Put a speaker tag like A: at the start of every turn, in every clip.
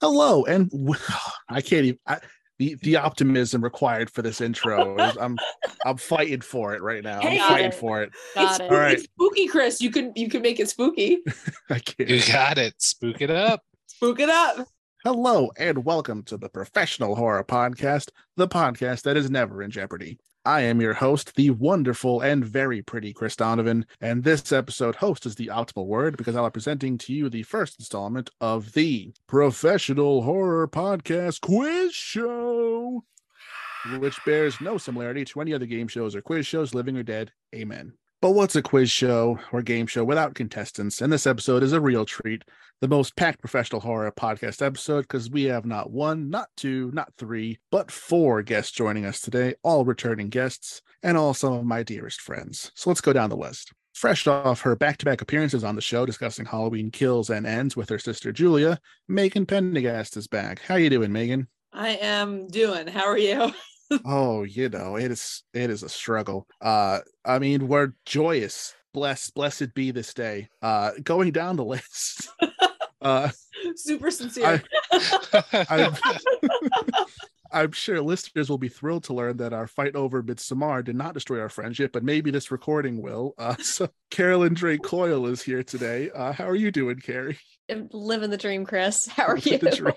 A: Hello, and w- I can't even. I, the, the optimism required for this intro is I'm I'm fighting for it right now. I'm
B: Hey,
A: fighting
B: Adam.
A: for it.
B: It's,
C: Got
B: spooky-
C: it.
A: All right.
B: it's spooky, Chris. You can you can make it spooky.
A: I can't.
D: You got it. Spook it up.
B: Spook it up.
A: Hello and welcome to the Professional Horror Podcast, the podcast that is never in jeopardy. I am your host, the wonderful and very pretty Chris Donovan, and this episode host is the optimal word because I'm presenting to you the first installment of the Professional Horror Podcast Quiz Show, which bears no similarity to any other game shows or quiz shows, living or dead. Amen. But what's a quiz show or game show without contestants? And this episode is a real treat the most packed professional horror podcast episode because we have not one, not two, not three, but four guests joining us today, all returning guests and all some of my dearest friends. So let's go down the list. Fresh off her back to back appearances on the show discussing Halloween kills and ends with her sister Julia, Megan Pendergast is back. How you doing, Megan?
B: I am doing. How are you?
A: oh, you know, it is it is a struggle. Uh I mean, we're joyous. Blessed, blessed be this day. Uh going down the list. uh
B: Super sincere.
A: I'm, I'm sure listeners will be thrilled to learn that our fight over Midsommar did not destroy our friendship, but maybe this recording will. Uh, so Carolyn Drake Coyle is here today. Uh, how are you doing, Carrie?
C: I'm living the dream, Chris. How are you?
A: Living the dream.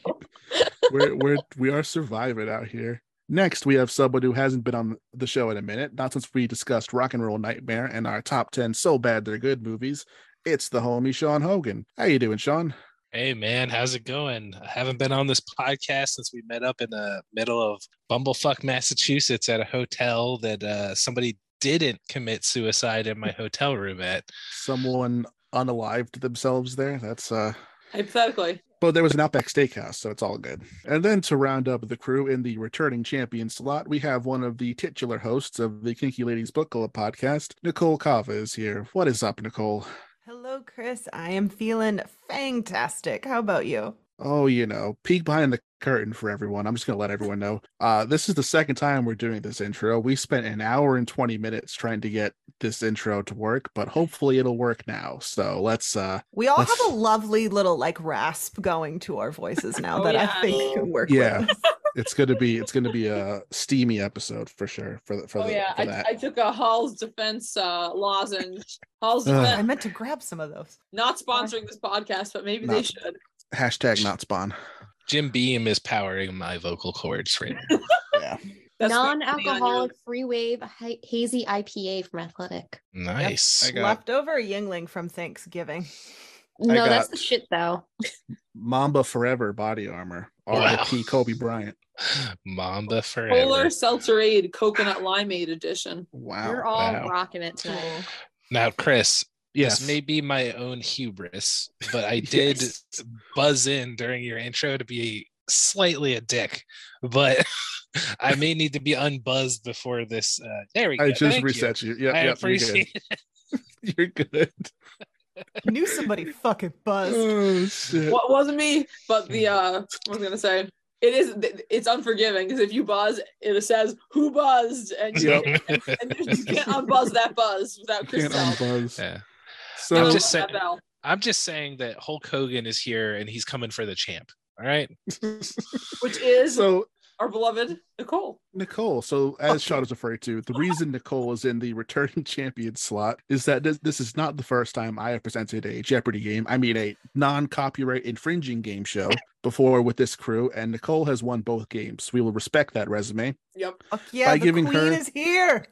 A: we're we're we are surviving out here. Next, we have someone who hasn't been on the show in a minute, not since we discussed Rock and Roll Nightmare and our top ten so bad they're good movies. It's the homie Sean Hogan. How you doing, Sean?
D: hey man, how's it going? I haven't been on this podcast since we met up in the middle of Bumblefuck, Massachusetts at a hotel that uh, somebody didn't commit suicide in my hotel room at.
A: Someone unalived themselves there. That's uh
B: Hypothetically.
A: But there was an Outback Steakhouse, so it's all good. And then to round up the crew in the returning champion slot, we have one of the titular hosts of the Kinky Ladies Book Club podcast, Nicole Kava is here. What is up, Nicole?
E: Hello, Chris. I am feeling fantastic. How about you?
A: Oh, you know, peek behind the curtain for everyone. I'm just gonna let everyone know. Uh, this is the second time we're doing this intro. We spent an hour and 20 minutes trying to get this intro to work, but hopefully it'll work now. So let's uh
E: We all have
A: That's-
E: a lovely little like rasp going to our voices now
B: Oh,
E: that
B: yeah.
E: I think can work.
A: Yeah.
E: With us.
A: it's gonna be it's gonna be a steamy episode for sure for the, for,
B: Oh
A: the,
B: yeah.
A: for
B: I,
A: that.
B: I took a Hall's defense uh lozenge. Hall's
A: Ugh.
E: I
B: defense
E: meant to grab some of those.
B: not sponsoring this podcast, but maybe they
A: Not-
B: should.
A: Hashtag not spawn.
D: Jim Beam is powering my vocal cords right now.
A: Yeah.
B: That's what I'm putting on your-
C: Non-alcoholic free wave hi- hazy IPA from Athletic.
D: Nice.
A: I got-
E: Leftover Yingling from Thanksgiving.
C: No, that's
A: got-
C: the shit though.
A: Mamba Forever body armor.
D: Wow.
A: R.I.P. Kobe Bryant.
D: Mamba forever.
B: Polar Seltzerade Coconut Limeade Edition.
A: Wow.
C: You're all
D: wow.
C: rocking it tonight.
D: Now, Chris,
A: yes.
D: this may be my own hubris, but I did
A: Yes.
D: buzz in during your intro to be slightly a dick, but I may need to be unbuzzed before this. Uh, there we go.
A: I just
D: Thank
A: reset you.
D: You.
A: Yeah,
D: I
A: yep,
D: appreciate it.
A: you're good. You're good.
E: Knew somebody fucking buzzed.
A: Oh, shit.
B: What wasn't me, but the
A: Hmm.
B: uh I was gonna say it is it's unforgiving because if you buzz, it says who buzzed and you
A: Yep.
B: and you can't unbuzz that buzz without Chris
A: Can't
B: Bell.
A: unbuzz.
D: Yeah.
A: So
D: I'm just
B: Unbuzz that
D: saying-
B: bell.
D: I'm just saying that Hulk Hogan is here and he's coming for the champ. All right.
B: which is
A: so
B: our beloved Nicole.
A: Nicole. So as Sean was referring to, the reason Nicole is in the returning champion slot is that this, this is not the first time I have presented a Jeopardy game. I mean, a non-copyright infringing game show before with this crew, and Nicole has won both games. We will respect that resume.
B: Yep.
E: Fuck yeah,
A: By
E: the
A: giving
E: queen
A: her-
E: is here.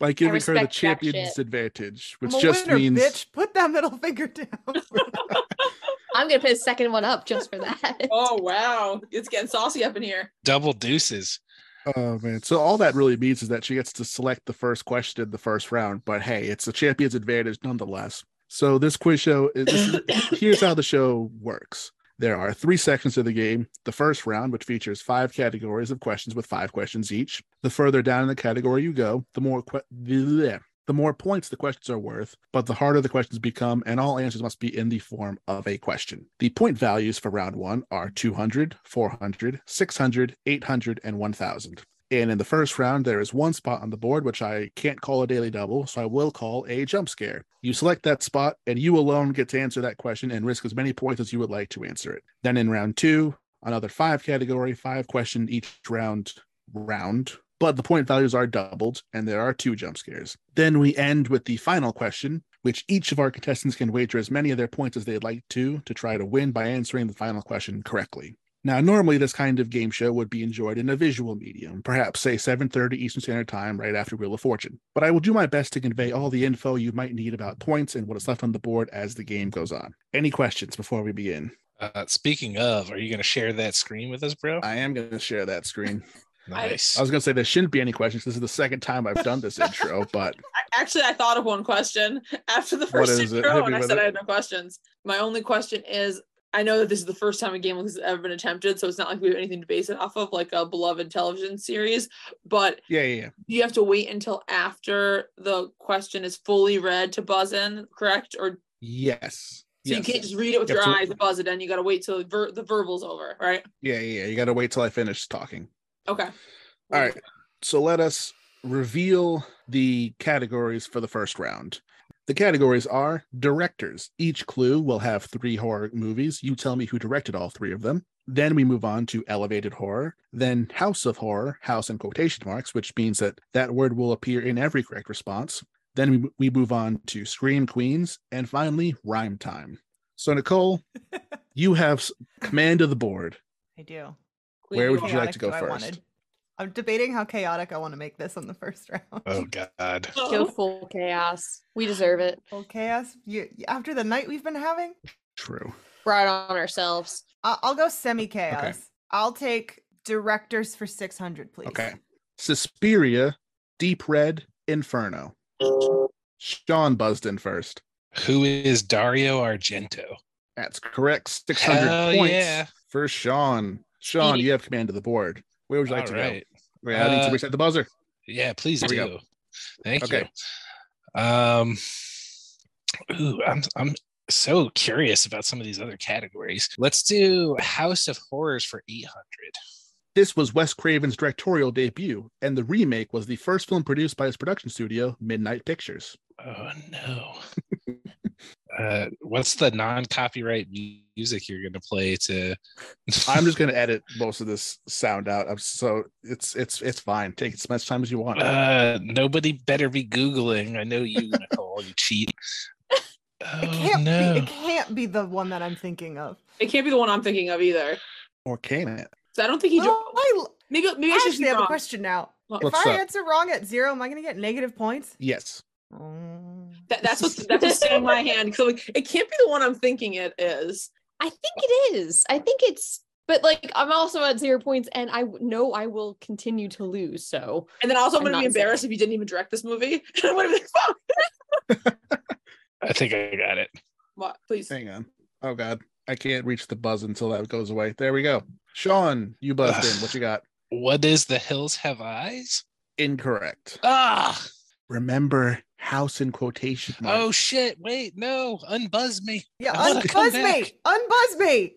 A: by giving her the
C: respect that shit.
A: champion's advantage, which
E: I'm a
A: just
E: winner,
A: means
E: bitch, put that middle finger down.
C: I'm gonna put a second one up just for that.
B: Oh wow, it's getting saucy up in here.
D: Double deuces.
A: oh man. So all that really means is that she gets to select the first question in the first round. But hey, it's the champion's advantage nonetheless. So this quiz show is this is- here's how the show works. There are three sections of the game. The first round, which features five categories of questions with five questions each. The further down in the category you go, the more que- bleh, the more points the questions are worth, but the harder the questions become, and all answers must be in the form of a question. The point values for round one are 200, 400, 600, 800, and 1000. And in the first round, there is one spot on the board, which I can't call a daily double, so I will call a jump scare. You select that spot, and you alone get to answer that question and risk as many points as you would like to answer it. Then in round two, another five category, five question each round round. But the point values are doubled, and there are two jump scares. Then we end with the final question, which each of our contestants can wager as many of their points as they'd like to to try to win by answering the final question correctly. Now, normally this kind of game show would be enjoyed in a visual medium, perhaps say 7:30 Eastern Standard Time right after Wheel of Fortune. But I will do my best to convey all the info you might need about points and what is left on the board as the game goes on. Any questions before we begin?
D: Uh, speaking of, are you going to share that screen with us, bro?
A: I am going to share that screen.
D: Nice.
A: I was going to say there shouldn't be any questions. This is the second time I've done this intro, but
B: I, actually, I thought of one question after the
A: What
B: first
A: is it?
B: intro,
A: Hit me
B: and I
A: with
B: said
A: it.
B: I had no questions. My only question is: I know that this is the first time a game like this has ever been attempted, so it's not like we have anything to base it off of, like a beloved television series. But
A: yeah, yeah, yeah.
B: do you have to wait until after the question is fully read to buzz in, correct? Or
A: Yes.
B: so you
A: Yes.
B: can't just read it with
A: You
B: your
A: have to-
B: eyes and buzz it in. You got to wait till the ver- the verbal's over, right?
A: Yeah, yeah, yeah. You got to wait till I finish talking.
B: Okay.
A: All right. So let us reveal the categories for the first round. The categories are directors. Each clue will have three horror movies. You tell me who directed all three of them. Then we move on to elevated horror, then house of horror, house in quotation marks, which means that that word will appear in every correct response. Then we, we move on to scream queens, and finally rhyme time. So Nicole, you have s- command of the board.
E: I do.
B: Queen
A: Where
B: of
A: would
B: Hearts.
A: you like to go
E: Chaotic do I
A: first?
E: wanted. I'm debating how chaotic I want to make this on the first round.
D: Oh God.
C: Go full chaos. We deserve it.
E: Well, chaos. You after the night we've been having,
A: True.
C: Brought on ourselves.
E: I'll, I'll go semi chaos. I'll take directors for six hundred, please.
A: Okay. Suspiria, Deep Red, Inferno. Sean buzzed in first.
D: Who is Dario Argento?
A: That's correct. 600
D: Hell
A: points
D: yeah.
A: for Sean. Sean, you have command of the board. Where would you like
D: All
A: to
D: right.
A: go? Wait, I need
D: Uh,
A: to reset the buzzer.
D: Yeah, please
A: There we go.
D: do. Thank
A: Okay.
D: you. Um, ooh, I'm I'm so curious about some of these other categories. Let's do House of Horrors for 800.
A: This was Wes Craven's directorial debut, and the remake was the first film produced by his production studio, Midnight Pictures.
D: Oh no. uh, what's the non-copyright mu- music you're gonna play to?
A: I'm just going to edit most of this sound out. I'm so it's it's it's fine. Take as much time as you want.
D: Uh, nobody better be googling. I know you, Nicole. You cheat.
E: It
D: Oh
E: can't
D: no.
E: be. It can't be the one that I'm thinking of.
B: It can't be the one I'm thinking of either.
A: or can it?
B: So I don't think he. dro-
E: Well, I l-
B: maybe maybe I
E: I
B: should
E: actually
B: be
E: have a
B: wrong.
E: question now.
B: Well,
E: If
A: What's
E: I
A: up?
E: answer wrong at zero, am I going to get negative points?
A: Yes.
E: Mm.
B: That, that's what that's what's in my hand. So like, it can't be the one I'm thinking it is.
C: I think it is. I think it's but like I'm also at zero points and I w- know I will continue to lose. So
B: And then also, I'm
C: I'm
B: gonna be
C: not saying.
B: embarrassed if you didn't even direct this movie. I'm gonna be like, fuck.
D: I think I got it.
B: What? Please.
A: Hang on. Oh god, I can't reach the buzz until that goes away. There we go. Sean, you buzzed in. What you got?
D: What is the hills have eyes?
A: Incorrect.
D: Ah,
A: Remember house in quotation
D: oh
A: marks.
D: shit! Wait, no, unbuzz me.
E: Yeah,
D: I wanna come
E: unbuzz me. Unbuzz me.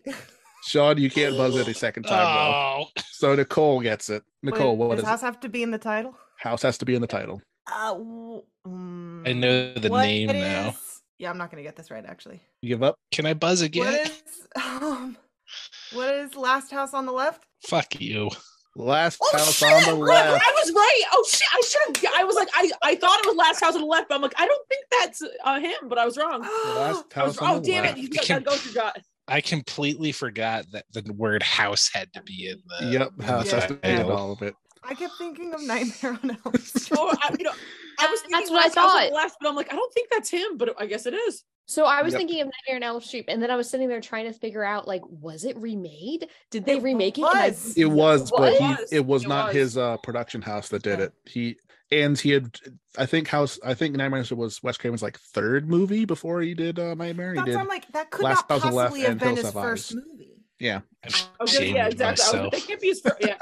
A: Sean, you can't buzz it a second time
D: oh,
A: though. So Nicole gets it. Nicole,
E: Wait,
A: what
E: does
A: is
E: house
A: it?
E: have to be in the title?
A: House has to be in the title.
E: Uh, w- mm,
D: I know the
E: what
D: name now.
E: is- Yeah, I'm not going to get this right actually.
A: You give up?
D: Can I buzz again?
E: What is um, what is last house on the left?
D: Fuck you.
A: Last
B: Oh
A: house
B: shit!
A: on the
B: Look,
A: left.
B: I was right. Oh shit! I should have. I was like, I I thought it was Last House on the Left, but I'm like, I don't think that's uh, him. But I was wrong.
A: Last
B: I was,
A: house on
B: oh
A: the
B: damn
A: left.
B: it! You got, that goes your gut.
D: I completely forgot that the word house had to be in the.
A: Yep, house has to be in
D: Yeah.
A: all of it.
E: I kept thinking of Nightmare on Elm Street.
B: Oh, I, you know, I was thinking
C: That's what
B: Last
C: I
B: House on the
C: thought.
B: Left, but I'm like, I don't think that's him. But I guess it is.
C: so I was
A: Yep.
C: thinking of Nightmare on Elm Street, and then I was sitting there trying to figure out like, was it remade? Did they
E: It
C: remake it? And I-
E: was.
A: It was, but
B: It
A: he
B: was.
A: it was
B: It
A: not
B: was.
A: his uh production house that did
E: Yeah.
A: it. He and he had I think house I think Nightmare on Elm Street was Wes Craven's like third movie before he did uh Nightmare. He
E: That's
A: did
E: I'm like that could
A: Last
E: not
A: House on the Left
E: possibly have
A: and
E: been
A: Hills
E: his
A: Have
E: first
A: Eyes.
E: movie.
D: I've
B: Okay,
D: shamed
B: yeah, exactly. I was like,
D: myself.
B: that can't be his. First. Yeah.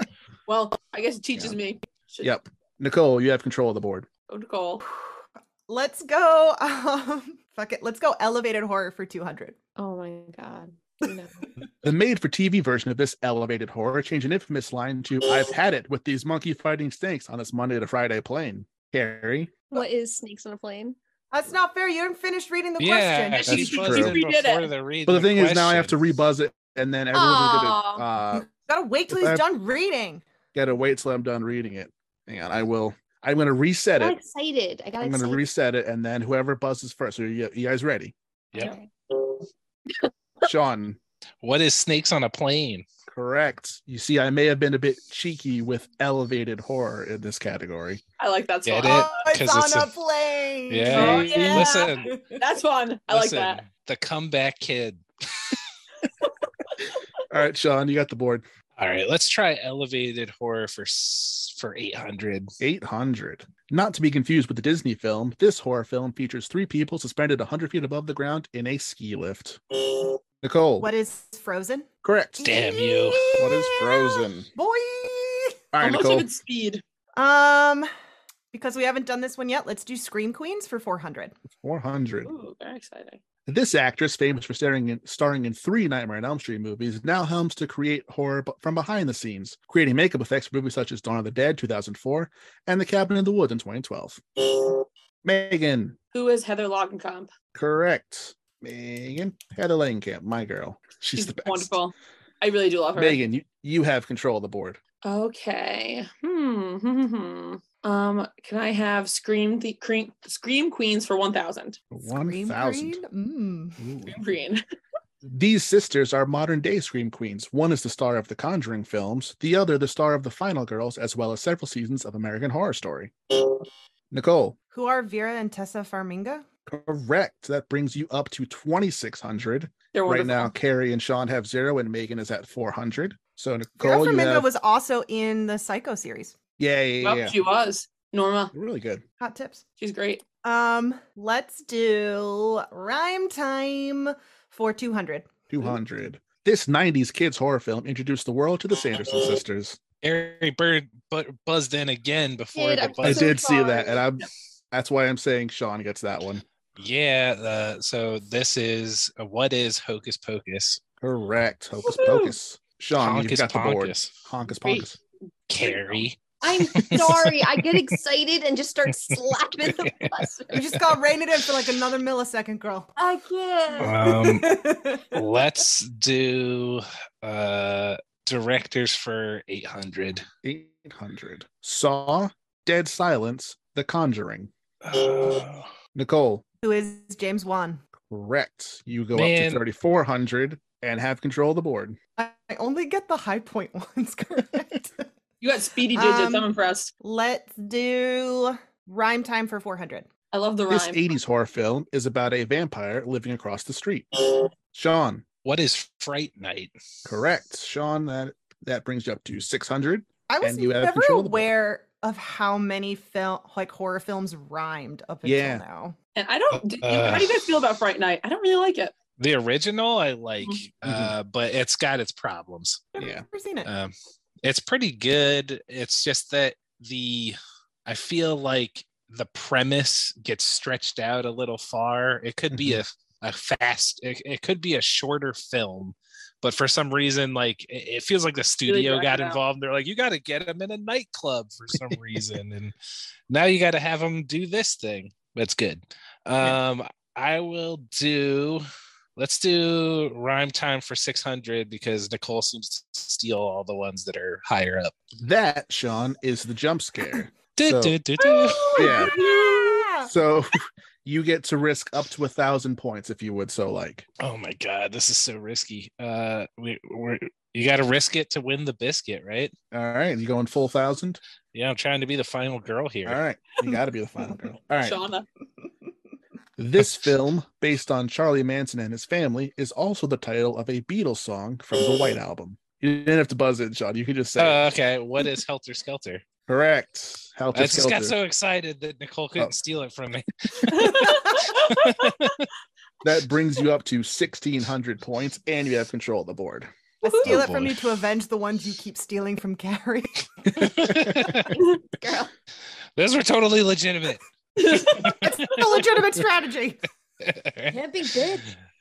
B: Well, I guess it teaches me. Shit.
A: Yep. Nicole, you have control of the board.
B: Oh, Nicole.
E: Let's go. Um, fuck it. Let's go elevated horror for 200.
C: Oh my god. No.
A: The made for TV version of this elevated horror changed an infamous line to I've had it with these monkey fighting snakes on this Monday to Friday plane. Harry,
C: what is snakes on a plane?
E: That's not fair. You didn't finish reading the
D: yeah,
E: question.
A: That's
D: she
A: true.
D: buzzed in
B: She redid
D: before
B: it.
D: the read
A: But the
D: the
A: thing is, now I have to
D: question.
A: rebuzz it, and then everyone's gonna
C: Aw.
A: uh,
E: Gotta wait till
A: If
E: he's
A: I-
E: done reading.
A: Gotta wait till I'm done reading it. Hang on, I will. I'm gonna reset
C: got
A: it.
C: excited. I got
A: I'm gonna
C: excited.
A: reset it, and then whoever buzzes first. Are you, you guys ready?
D: Yep.
C: Okay.
A: Sean,
D: What is snakes on a plane?
A: correct. You see, I may have been a bit cheeky with elevated horror in this category.
B: I like that
D: Get
B: song.
D: it?
E: Oh, it's
D: 'Cause
E: on
D: it's
E: a,
D: a-
E: plane.
D: Yeah.
B: Oh, yeah.
D: Listen.
B: That's fun. I
D: Listen,
B: like that.
D: The comeback kid.
A: All right, Sean, you got the board.
D: All right, let's try elevated horror for s- for 800.
A: 800. Not to be confused with the Disney film, this horror film features three people suspended 100 feet above the ground in a ski lift. Nicole,
E: What is Frozen?
A: correct.
D: Damn you.
A: What is Frozen?
E: Boy.
A: All
B: How
A: right,
B: much
A: Nicole.
B: of it's speed?
E: Um, because we haven't done this one yet, let's do Scream Queens for 400.
A: 400.
B: Ooh, very exciting.
A: This actress, famous for starring in, starring in three Nightmare on Elm Street movies, now helms to create horror b- from behind the scenes, creating makeup effects for movies such as Dawn of the Dead 2004 and The Cabin in the Woods in 2012. Megan,
B: Who is Heather Logenkamp?
A: correct. Megan Heather Langenkamp, my girl. She's,
B: She's
A: the best.
B: wonderful. I really do love her.
A: Megan, you, you have control of the board.
B: Okay. Hmm. hmm, hmm, hmm. Um. Can I have scream the cream, scream queens for one thousand?
A: One
E: Scream
A: thousand.
E: Queen? Mm.
B: Scream queen.
A: These sisters are modern day Scream Queens. One is the star of the Conjuring films, the other the star of the Final Girls, as well as several seasons of American Horror Story. Nicole,
E: Who are Vera and Tessa Farminga?
A: correct. That brings you up to 2,600.
B: They're
A: Right
B: Oh, wonderful.
A: now, Carrie and Sean have zero, and Megan is at 400. So,
E: Vera
A: Nicole, you
E: Farminga
A: have.
E: was also in the Psycho series.
A: yeah, yeah, yeah,
B: Well,
A: yeah.
B: she was Norma.
A: Really good.
E: Hot tips.
B: She's great.
E: Um, let's do rhyme time for 200.
A: 200. This 90s kids horror film introduced the world to the Sanderson sisters.
D: Harry Bird bu- buzzed in again before
C: Dude,
D: the
C: I'm
A: I
D: buzzer.
C: so
A: did see that,
C: sorry.
A: and I'm that's why I'm saying Sean gets that one.
D: Yeah, uh, so this is uh, what is Hocus Pocus?
A: Correct. Hocus
B: Woohoo.
A: pocus. Sean,
D: Honkus
A: you've got the board.
D: Ponkus.
A: Honkus
B: Great.
A: ponkus.
D: Carrie.
C: I'm sorry. I get excited and just start slapping the buzzer.
E: You just got rein it in for like another millisecond, girl.
C: I can't.
D: Um, let's do uh, directors for 800.
A: 800. Saw, Dead Silence, The Conjuring.
D: Uh,
A: Nicole,
E: Who is James Wan?
A: correct. You go up
D: Man.
A: to 3,400 and have control of the board.
E: I I only get the high point ones correct.
B: You got speedy digits.
E: Um,
B: I'm impressed.
E: Let's do rhyme time for 400.
B: I love the
A: This
B: rhyme.
A: 80s horror film is about a vampire living across the street. Sean,
D: what is Fright Night?
A: correct. Sean, that that brings you up to 600.
E: I was
A: And you have
E: never
A: control of the board.
E: aware of how many film like horror films rhymed up until
A: Yeah.
E: now.
B: and I don't. do you- how do you guys feel about Fright Night? I don't really like it.
D: The original I like, uh, but it's got its problems.
E: I've
A: Yeah.
E: never seen it.
D: Um, it's pretty good. It's just that the I feel like the premise gets stretched out a little far. It could be a a fast. It, it could be a shorter film, but for some reason, like it, it feels like the studio
B: dragged
D: got
B: it out.
D: involved. They're like, you got to get them in a nightclub for some reason, and now you got to have them do this thing. That's good. Um, I will do. Let's do rhyme time for 600 because Nicole seems to steal all the ones that are higher up.
A: That, Sean, is the jump scare.
D: Do,
A: So-
D: do, do, do.
A: Yeah.
E: Yeah.
A: So you get to risk up to a thousand points if you would so like.
D: Oh my God, this is so risky. Uh, we, we're, you got to risk it to win the biscuit, right?
A: All right, you going full thousand?
D: Yeah, I'm trying to be the final girl here.
A: All right, you got to be the final girl. All right,
B: Shauna.
A: this film, based on Charlie Manson and his family, is also the title of a Beatles song from the White Album. You didn't have to buzz it, Sean. You can just say it.
D: Uh, okay, what is Helter Skelter?
A: correct. Helter
D: I just got
A: Skelter.
D: so excited that Nicole couldn't
A: Oh.
D: steal it from me.
A: That brings you up to sixteen hundred points, and you have control of the board.
E: I steal
D: Oh,
E: it from
D: boy.
E: you to avenge the ones you keep stealing from Carrie.
C: Girl.
D: Those were totally legitimate.
E: a legitimate strategy.
C: Can't be good.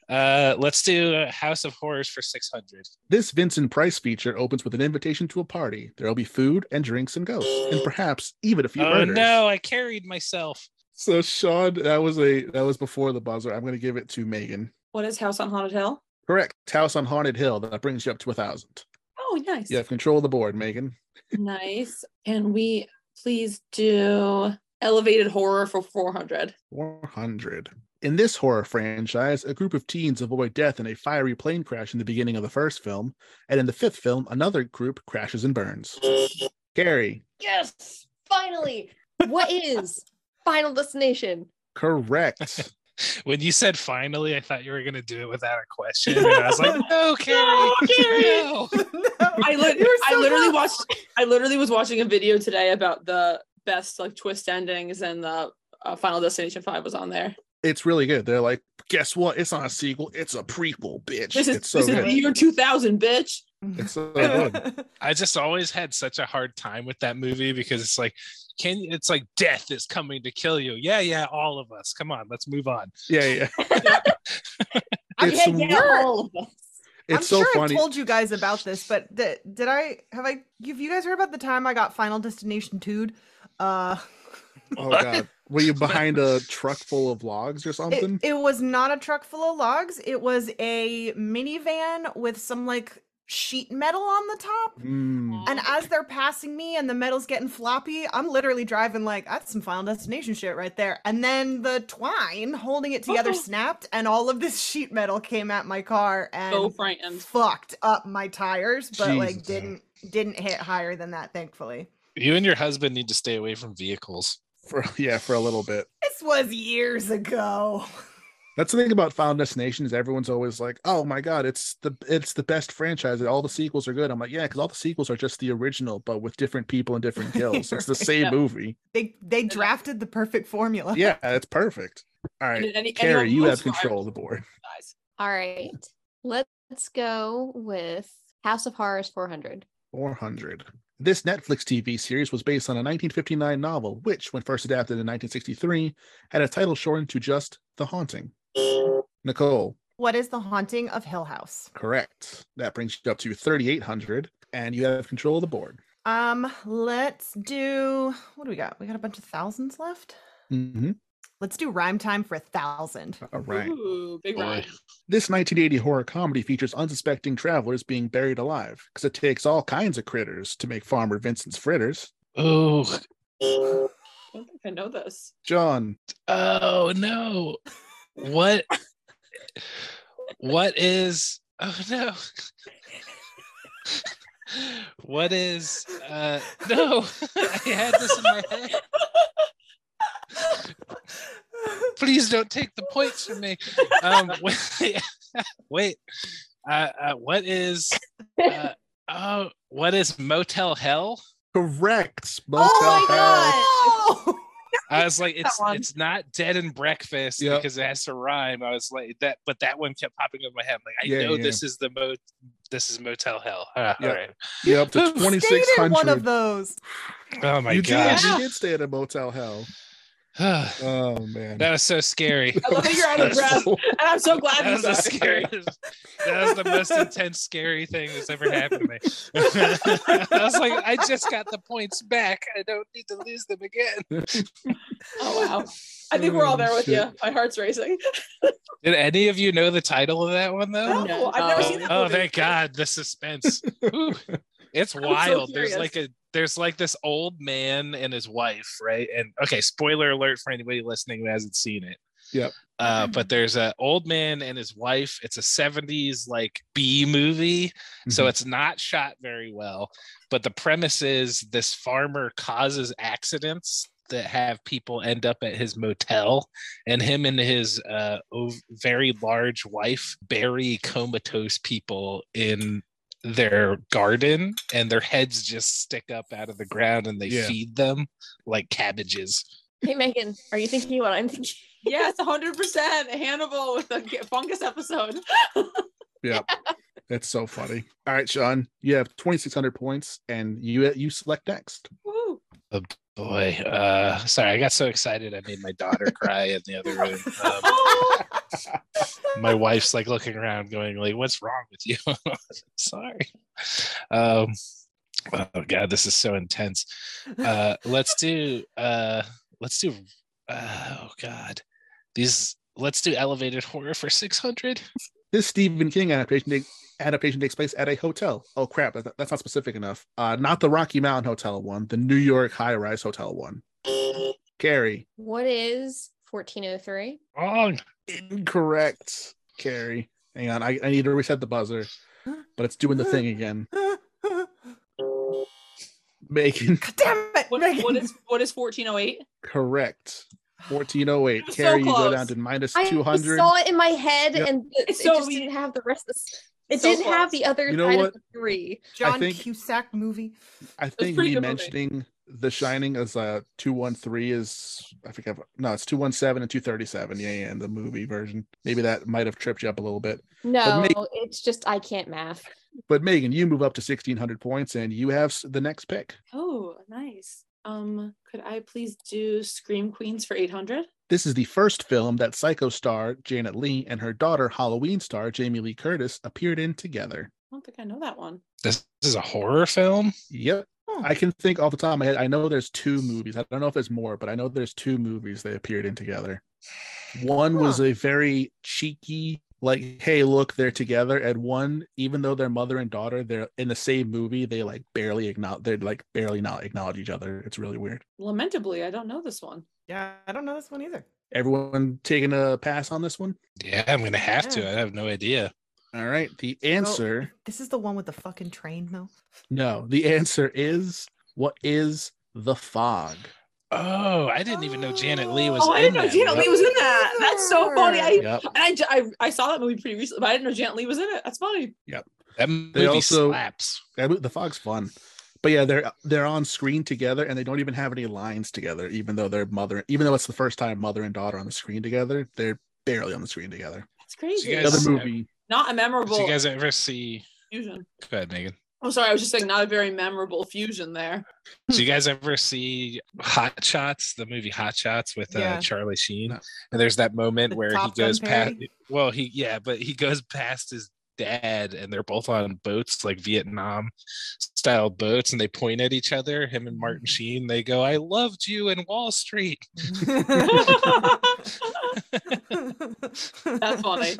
D: Uh, let's do uh, House of Horrors for 600.
A: This Vincent Price feature opens with an invitation to a party. There will be food and drinks and ghosts, and perhaps even a few
D: oh
A: murders.
D: no, I carried myself.
A: So Sean, that was a that was before the buzzer. I'm going to give it to Megan.
B: what is House on Haunted Hill?
A: Correct. House on Haunted Hill. That brings you up to a thousand.
B: Oh, Oh, nice.
A: You have control of the board, Megan.
B: Nice. Can we please do elevated horror for 400?
A: 400. In this horror franchise, a group of teens avoid death in a fiery plane crash in the beginning of the first film, and in the fifth film, another group crashes and burns. Gary,
C: Yes, finally. What is Final Destination?
A: correct.
D: When you said finally, I thought you were gonna do it without a question. And I was like, no, Carrie.
B: Carrie.
D: no."
B: I, lit-
E: You were
B: I
E: so
B: literally
E: close.
B: watched I literally was watching a video today about the best like twist endings and the uh, Final Destination 5 was on there.
A: it's really good. They're like, guess what? It's not a sequel, it's a prequel, bitch.
B: This is
A: it's so
B: this is
A: good.
B: the year 2000, bitch.
A: It's so good.
D: I just always had such a hard time with that movie because it's like, can it's like death is coming to kill you. Yeah, yeah, all of us. Come on, let's move on.
A: Yeah, yeah.
E: I'm
A: It's
E: sure-
A: weird.
B: all of us.
E: I'm
A: It's so
E: sure
A: funny.
E: I told you guys about this, but did, did I have I have you guys heard about the time I got Final Destination 2'd? Uh
A: oh god. Were you behind a truck full of logs or something?
E: It, it was not a truck full of logs. It was a minivan with some like sheet metal on the top.
A: Mm.
E: And as they're passing me and the metal's getting floppy, I'm literally driving like that's some Final Destination shit right there. And then the twine holding it together snapped, and all of this sheet metal came at my car and
B: So frightened.
E: fucked up my tires, but like
D: Jesus.
E: didn't didn't hit higher than that, thankfully.
D: You and your husband need to stay away from vehicles.
A: For yeah, for a little bit.
E: This was years ago.
A: That's the thing about Final Destination is everyone's always like, "Oh my god, it's the it's the best franchise. All the sequels are good." I'm like, "Yeah, because all the sequels are just the original, but with different people and different kills. It's the same
B: Yeah.
A: movie.
E: They they drafted the perfect formula.
A: Yeah, it's perfect." All
B: And
A: right,
B: then any-
A: Carrie,
B: anyone
A: you have
B: close to our-
A: control of the board.
B: Guys.
C: All right. Let's go with House of Horrors 400.
A: 400. This Netflix TV series was based on a 1959 novel, which, when first adapted in 1963, had a title shortened to just "The Haunting." Nicole,
E: What is the haunting of Hill House?
A: correct. That brings you up to 3,800, and you have control of the board.
E: Um, let's do what do we got? We got a bunch of thousands left.
A: hmm
E: Let's do rhyme time for a thousand.
A: All Uh, right.
B: Ooh, big
D: Boy.
B: rhyme.
A: This 1980 horror comedy features unsuspecting travelers being buried alive because it takes all kinds of critters to make Farmer Vincent's fritters.
D: Oh,
B: I don't think I know this.
A: John,
D: oh no. What what is oh no. What is uh no I had this in my head. please don't take the points from me. Um, wait, wait. Uh, uh, what is? Uh, oh, what is Motel Hell?
A: correct.
E: oh
A: Motel Hell.
E: my god!
D: I was like, it's
B: one.
D: it's not Dead and Breakfast
A: Yep.
D: because it has to rhyme. I was like that, but that one kept popping up in my head. I'm Like I
A: Yeah,
D: know
A: yeah.
D: this is the mo. This is Motel Hell. Uh,
A: Yep.
D: All right.
A: You're up to
D: Who
E: Stayed at one
A: 2,600.
E: of those.
D: Oh my
A: you
D: god.
A: did. You did stay at a Motel Hell. Oh man.
D: That was so scary.
B: I love that you're out of breath. And I'm so glad
D: That
B: you
D: was the
B: guys-
D: scariest. That was the most intense, scary thing that's ever happened to me. I was like, I just got the points back. I don't need to lose them again.
B: Oh wow. I think we're all there with
A: Oh, Shit.
B: you. My heart's racing.
D: Did any of you know the title of that one
B: No,
D: though?
E: No.
B: I've never
D: Oh,
B: seen that.
D: oh,
B: movie.
D: thank God! The suspense. Whew. It's
B: so
D: wild. there's
B: curious.
D: like a there's like this old man and his wife, right? And okay, spoiler alert for anybody listening who hasn't seen it.
A: Yep.
B: Mm-hmm.
D: Uh, but there's a old man and his wife. It's a 70s like B movie. So
A: Mhm.
D: it's not shot very well. But the premise is this farmer causes accidents that have people end up at his motel, and him and his uh, ov- very large wife bury comatose people in their garden, and their heads just stick up out of the ground and they
A: Yeah.
D: feed them like cabbages.
C: Hey, Megan, are you thinking what I'm thinking?
B: Yes, 100% Hannibal with the g- fungus episode.
A: That's so funny. All right, Sean, you have 2,600 points, and you you select next.
B: Woo.
D: Boy, uh, sorry, I got so excited I made my daughter cry in the other room. Um, my wife's like looking around going like what's wrong with you sorry um oh god this is so intense uh let's do uh let's do oh god these let's do elevated horror for 600
A: This Stephen King adaptation take- adaptation takes place at a hotel. Oh crap, that, that's not specific enough. Uh, not the Rocky Mountain Hotel one, the New York high rise hotel one. Carrie,
C: What is 1403?
D: Wrong.
A: incorrect. Carrie, hang on, I, I need to reset the buzzer, but it's doing the thing again.
E: God
A: Megan,
E: damn it!
B: What,
E: Megan.
B: what is what is 1408?
A: correct. 1408.
B: It was so
A: Carrie, you go
B: close.
A: down to minus
C: I
A: 200.
C: saw it in my head
A: Yep.
C: and the,
B: It's
C: it
B: so
C: just
B: mean.
C: didn't have the rest of the, it
B: So
C: didn't have
B: close.
C: the other
A: You know
C: side
A: what?
C: of the three.
E: John
A: think-
E: Cusack movie?
A: I think
B: pretty
A: me
B: good movie.
A: mentioning The Shining as uh 213 is I forget no it's 217 and 237 yeah yeah in the movie version maybe that might have tripped you up a little bit
C: No,
A: Meg-
C: it's just I can't math.
A: but Megan you move up to 1600 points and you have s- the next pick
B: Oh, nice. Um, could I please do Scream Queens for 800?
A: this is the first film that Psycho star Janet Lee and her daughter Halloween star Jamie Lee Curtis appeared in together
B: I don't think I know that one.
D: This, this is a horror film.
A: yep
E: Hmm.
A: I can think off the top of my head I know there's two movies I don't know if there's more but I know there's two movies they appeared in together One was
E: Huh.
A: a very cheeky, like, hey, look, they're together. And one, even though they're mother and daughter, they're in the same movie, they like barely acknowledge they're like barely not acknowledge each other. It's really weird.
B: Lamentably, I don't know this one.
E: Yeah, I don't know this one either.
A: Everyone taking a pass on this one?
D: Yeah, I'm gonna have to. I have no idea.
A: All right. The
E: So,
A: answer,
E: this is the one with the fucking train, though.
A: no, the answer is what is the fog?
D: Oh, I didn't even know Janet Lee was.
B: Oh, I
D: in
B: didn't know
D: that
B: Janet
D: movie.
B: Lee was in that. That's so funny. I,
A: Yep.
B: and I, j- I- I saw that movie pretty recently, but I didn't know Janet Lee was in it. That's funny.
D: That movie
A: also-
D: slaps.
A: That mo- The fog's fun. But yeah, they're they're on screen together and they don't even have any lines together, even though they're mother even though it's the first time mother and daughter on the screen together, they're barely on the screen together.
B: That's crazy.
D: guys-
A: The other
D: Yes.
A: movie
B: Not a
D: Did
B: memorable
D: you guys ever see?
B: fusion.
D: Go ahead, Megan.
B: I'm sorry, I was just saying not a very memorable fusion there.
E: Hmm.
D: Did you guys ever see Hot Shots? The movie Hot Shots with uh,
E: Yeah.
D: Charlie Sheen.
A: No.
D: And there's that moment
E: The
D: where he
E: Top Gun
D: goes past.
E: parody?
D: Well, he yeah, but he goes past his dad, and they're both on boats like Vietnam style boats, and they point at each other. Him and Martin
E: Mm.
D: Sheen. They go, "I loved you in Wall Street."
E: That's
B: funny.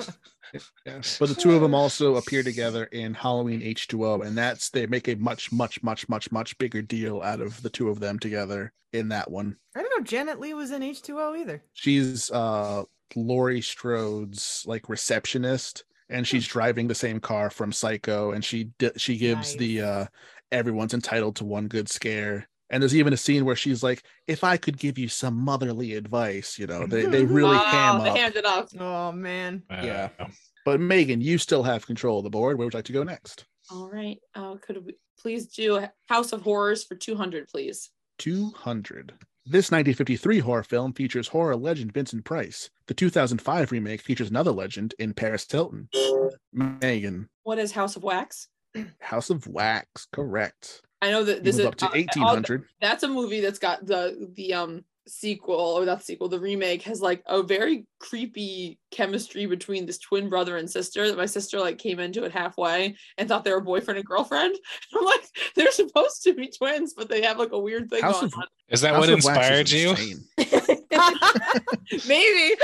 A: But the two of them also appear together in Halloween H2O, and that's they make a much, much, much, much, much bigger deal out of the two of them together in that one.
E: I didn't know Janet Lee was in H2O either.
A: She's uh Laurie Strode's like receptionist, and she's
B: Hmm.
A: driving the same car from Psycho, and she di- she gives the uh everyone's entitled to one good scare. And there's even a scene where she's like, "If I could give you some motherly advice, you know, they they really
B: wow,
A: ham
B: they
A: up."
B: handed up.
E: Oh man.
A: Yeah.
D: Uh,
A: but Megan, you still have control of the board. Where would you like to go next?
B: All right. Uh, could we please do House of Horrors for 200, please?
A: 200. This 1953 horror film features horror legend Vincent Price. The 2005 remake features another legend in Paris Hilton. Megan,
B: What is House of Wax?
A: House of Wax, correct.
B: I know that
A: You
B: this
A: move
B: is
A: up to
B: uh, all-
A: 1800.
B: that's a movie that's got the the um sequel or that sequel the remake has like a very creepy chemistry between this twin brother and sister that my sister like came into it halfway and thought they were boyfriend and girlfriend i'm like they're supposed to be twins but they have like a weird thing
A: House
B: going
A: of-
B: on
D: Is that
A: House
D: what
A: of Wax is
D: inspired you?
A: insane.
B: maybe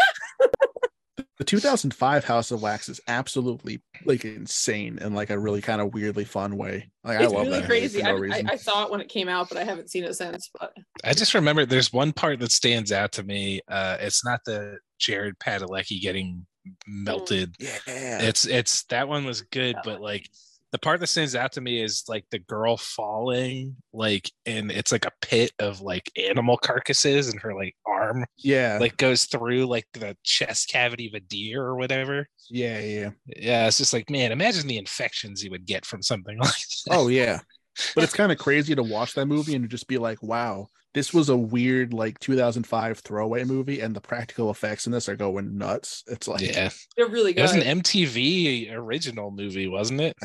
A: The 2005 House of Wax is absolutely like insane in like a really kind of weirdly fun way. Like I
B: it's
A: love
B: really
A: that. movie for
B: crazy
A: no
B: I, I,
A: reason.
B: I saw it when it came out but i haven't seen it since but
D: I just remember there's one part that stands out to me. Uh, it's not the Jared Padalecki getting
E: Mm.
D: melted.
A: yeah.
D: It's it's that one was good, but like the part that stands out to me is like the girl falling, like and it's like a pit of like animal carcasses, and her like arm
A: yeah.
D: like goes through like the chest cavity of a deer or whatever.
A: yeah. Yeah.
D: Yeah, it's just like man, imagine the infections you would get from something like that.
A: Oh yeah. But it's kind of crazy to watch that movie and just be like, wow, this was a weird like 2005 throwaway movie and the practical effects in this are going nuts. It's like
D: yeah,
B: they're really
D: it
B: good
D: was an MTV original movie, wasn't it?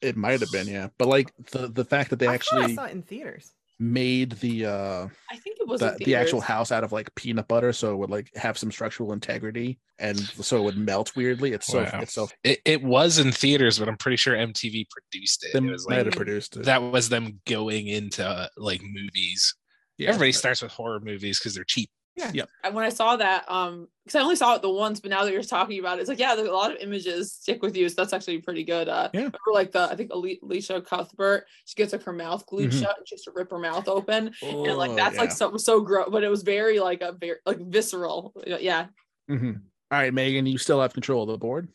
A: it might have been, yeah. But like the the fact that they
E: I thought I
A: actually
E: saw it in theaters.
A: made the uh
B: i think it was
A: the,
B: in
A: the actual
B: theaters.
A: house out of like peanut butter so it would like have some structural integrity and so it would melt weirdly. It's so
D: Wow.
A: it's so
D: It, it was in theaters, but I'm pretty sure MTV produced it.
A: they
D: It was
A: might
D: like
A: have produced it.
D: that was them going into uh, like movies.
A: Yeah.
D: Everybody starts with horror movies because they're cheap.
E: Yeah.
A: Yep.
B: And when I saw that, um, because I only saw it the once, but now that you're talking about it, it's like, yeah, there's a lot of images stick with you. So that's actually pretty good. Uh
A: Yeah.
B: remember, like the I think Ali- Alicia Cuthbert, she gets like her mouth glued
A: Mhm.
B: shut and she has to rip her mouth open. and like
A: Oh,
B: that's like
A: yeah.
B: something so gross, but it was very like a very like visceral. Yeah.
A: Mhm. All right, Megan, you still have control of the board.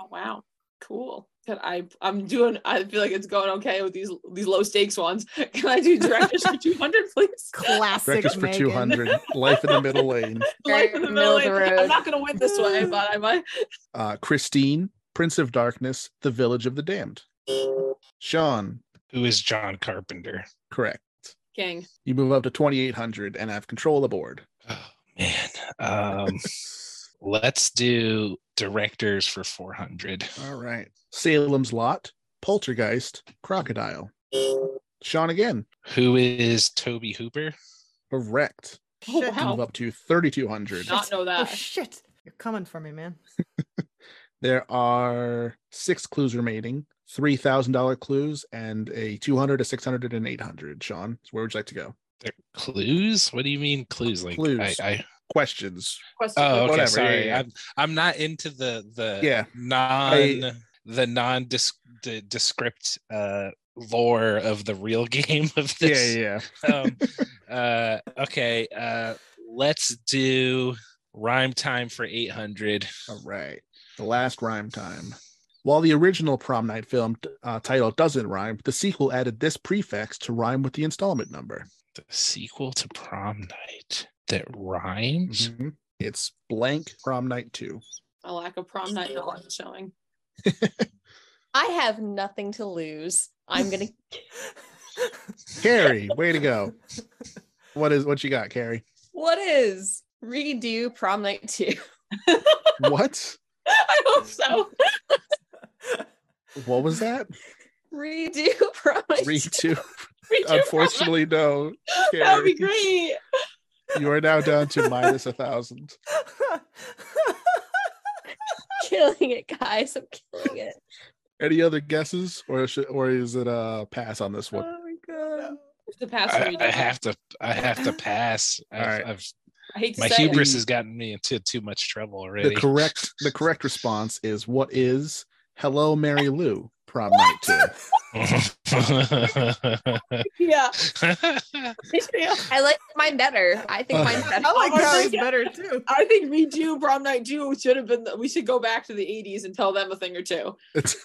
B: Oh wow. Cool. Can I I'm doing I feel like it's going okay with these these low stakes ones. Can I do directors for 200 please?
E: Classic
A: Directors for
E: Megan.
A: two hundred. Life in the middle lane.
B: Life in the middle.
C: Very middle of the
B: Like, I'm
C: road.
B: not gonna win this way, but I might.
A: Uh, Christine, Prince of Darkness, The Village of the Damned. Sean,
D: Who is John Carpenter?
A: correct.
B: King.
A: You move up to twenty eight hundred and have control of the board.
D: Oh man. Um let's do directors for 400.
A: All right. Salem's Lot, Poltergeist, Crocodile. Sean again.
D: Who is Toby Hooper?
A: Correct.
B: Oh,
E: Shit.
A: You Move
B: wow.
A: up to 3,200.
B: Not know
E: Oh
B: that.
E: shit. You're coming for me, man.
A: There are six clues remaining $3,000 clues and a 200, a 600, and an 800. Sean, so where would you like to go?
D: They're clues? What do you mean clues? Like
A: Clues.
D: I, I
A: Questions.
B: Question.
D: Oh, okay.
A: Whatever,
D: Sorry,
A: yeah, yeah.
D: I'm I'm not into the the
A: Yeah.
D: non the non the descript uh lore of the real game of this.
A: Yeah, yeah.
D: Um, uh, okay, uh, let's do rhyme time for eight hundred.
A: All right. The last rhyme time. While the original prom night film uh, title doesn't rhyme, the sequel added this prefix to rhyme with the installment number.
D: The sequel to Prom Night that rhymes.
A: Mhm. It's blank prom night two.
B: A lack of prom night knowledge showing.
C: I have nothing to lose. I'm gonna
A: Carrie, way to go. What is what you got, Carrie?
C: what is redo prom night two?
A: What?
B: I hope so.
A: What was that?
C: Redo prom night
A: Three two.
C: two.
B: We do prom
A: Unfortunately, no.
B: night. that would be
A: Carrie.
B: great.
A: You are now down to minus a thousand.
C: killing it, guys. I'm killing it.
A: Any other guesses, or should, or is it a pass on this one?
C: my god.
B: The past
D: I,
B: redo.
D: I have to. I have to pass. I've,
A: All right.
D: I've,
B: I hate to
D: my
B: say it.
D: hubris has gotten me into too much trouble already.
A: The correct the correct response is what is Hello Mary Lou prom night two.
B: Yeah.
C: I like mine better. I think
A: Uh,
C: mine's better.
E: I like
B: Oh my
E: Carrie's
B: God.
E: better too.
B: I think redo prom night two should have been. The, we should go back to the 80s and tell them a thing or two.
A: It's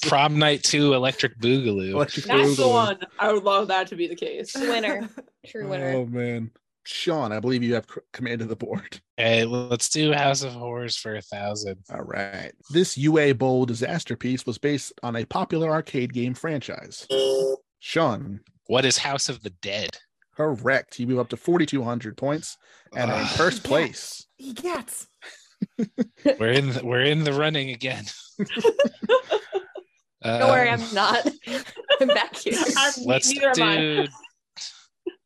D: Prom Night Two, Electric Boogaloo.
A: Electric
B: That's the
A: Boogaloo.
B: one. I would love that to be the case.
C: Winner. True winner.
A: Oh man, Sean, I believe you have c- command of the board.
D: Okay, let's do House of Horrors for a thousand.
A: All right. This UA Bowl disaster piece was based on a popular arcade game franchise. Sean,
D: What is House of the Dead?
A: correct. You move up to 4,200 points and are in
D: Ugh,
A: first place.
E: He gets.
D: we're in the, we're in the running again.
C: Don't worry,
D: Um,
C: I'm not. I'm back here.
B: I'm-
D: let's
B: neither am I.
D: do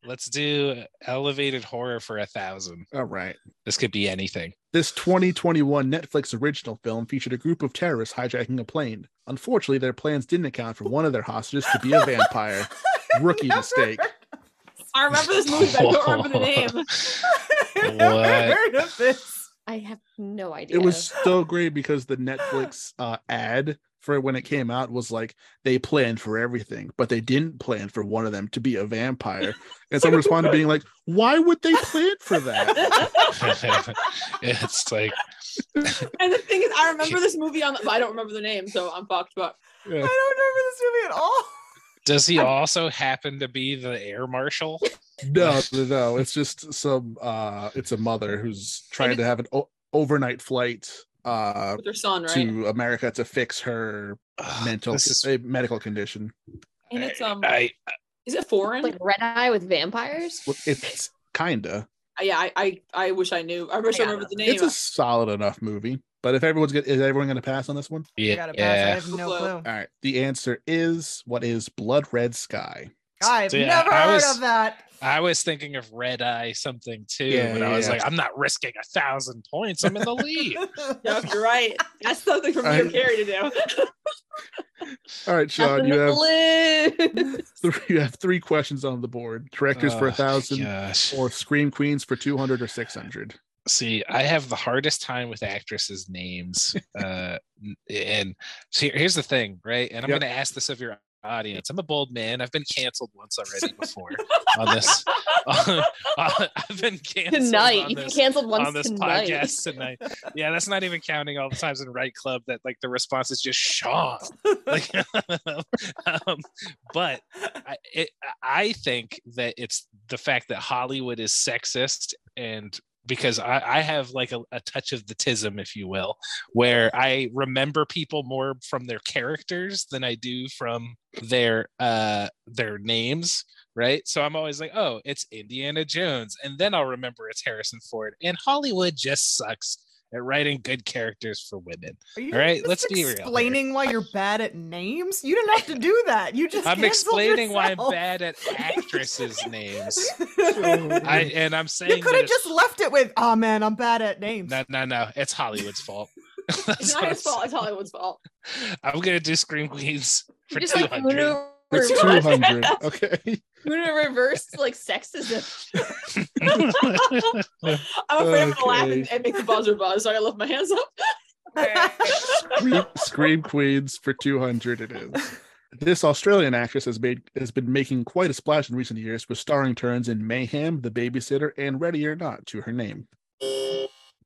D: let's do elevated horror for a thousand.
A: All right.
D: This could be anything.
A: This 2021 Netflix original film featured a group of terrorists hijacking a plane. Unfortunately, their plans didn't account for one of their hostages to be a vampire. Rookie
E: Never
A: mistake.
E: heard-
B: I remember this movie, but I don't remember the name.
E: I never
D: What?
E: heard of this.
C: I have no idea.
A: It was so great because the Netflix uh, ad for when it came out was like they planned for everything, but they didn't plan for one of them to be a vampire. And someone responded being like, "Why would they plan for that?"
D: it's like
B: And the thing is, I remember this movie on. But I don't remember the name, so I'm fucked. But
E: I don't remember this movie at all.
D: does he also happen to be the air marshal?
A: No, no, no. It's just some. uh It's a mother who's trying to have an o- overnight flight uh
B: with her son, right?
A: to America to fix her
D: Ugh,
A: mental
D: Ah, this is-
A: a medical condition.
B: and it's um,
D: I,
B: is it foreign?
C: like red eye with vampires.
A: It's kinda.
B: Uh, yeah, I, I I wish I knew. I wish I
C: Hang on.
B: remembered the name.
A: It's a solid enough movie. But if everyone's good, is everyone going to pass on this one?
E: I
D: yeah,
E: gotta pass. I have
B: Blue.
E: no clue.
A: All right. The answer is what is Blood Red Sky?
E: I've
D: So, yeah,
E: never
D: I
E: heard
D: was-
E: of that.
D: I was thinking of red eye something too,
A: Yeah,
D: but I was
A: yeah.
D: like, I'm not risking a thousand points. I'm in the lead.
B: Yep, you're right. That's something for me
A: I-
B: and Carrie to do.
A: All right, Sean,
C: Nothing
A: you
C: to
A: have
C: lose.
A: three, you have three questions on the board. Directors for
D: Oh,
A: a thousand,
D: Gosh.
A: or Scream Queens for two hundred or six hundred.
D: see i have the hardest time with actresses names uh n- and so here- here's the thing right and i'm
A: Yep.
D: going to ask this of your audience i'm a bold man i've been canceled once already before on this i've been canceled
C: tonight.
D: on
C: You
D: this,
C: canceled once
D: on this
C: tonight.
D: podcast tonight yeah that's not even counting all the times in right club that like the response is just sean like um, but I, it, I think that it's the fact that Hollywood is sexist and because I, I have like a, a touch of the tism, if you will, where I remember people more from their characters than I do from their uh their names, right? So I'm always like, oh, it's Indiana Jones, and then I'll remember it's Harrison Ford. And Hollywood just sucks at writing good characters for women.
E: Are you
D: All right,
E: just
D: let's be real here.
E: Explaining why you're bad at names. You didn't have to do that. You just.
D: I'm
E: canceled
D: explaining why I'm
E: yourself.
D: bad at actresses' names. I
E: you
D: and I'm saying
E: could
D: that
E: have
D: it's-
E: just left it with, "Oh man, I'm bad at names."
D: no no no it's Hollywood's fault. That's
B: It's
D: what
B: not
D: I'm
B: his fault. It's Hollywood's fault.
D: saying. I'm gonna do Scream Queens
C: You
D: for
C: just
D: two
C: like
D: hundred.
C: Una,
A: It's two
C: reverse-
A: hundred. Okay.
C: Una reverse like sexism.
B: I'm afraid I'm gonna laugh and,
A: Okay.
B: and make the buzzer buzz, so I lift my hands up.
A: Scream, Scream Queens for 200 it is. This Australian actress has made has been making quite a splash in recent years with starring turns in Mayhem, The Babysitter, and Ready or Not to her name.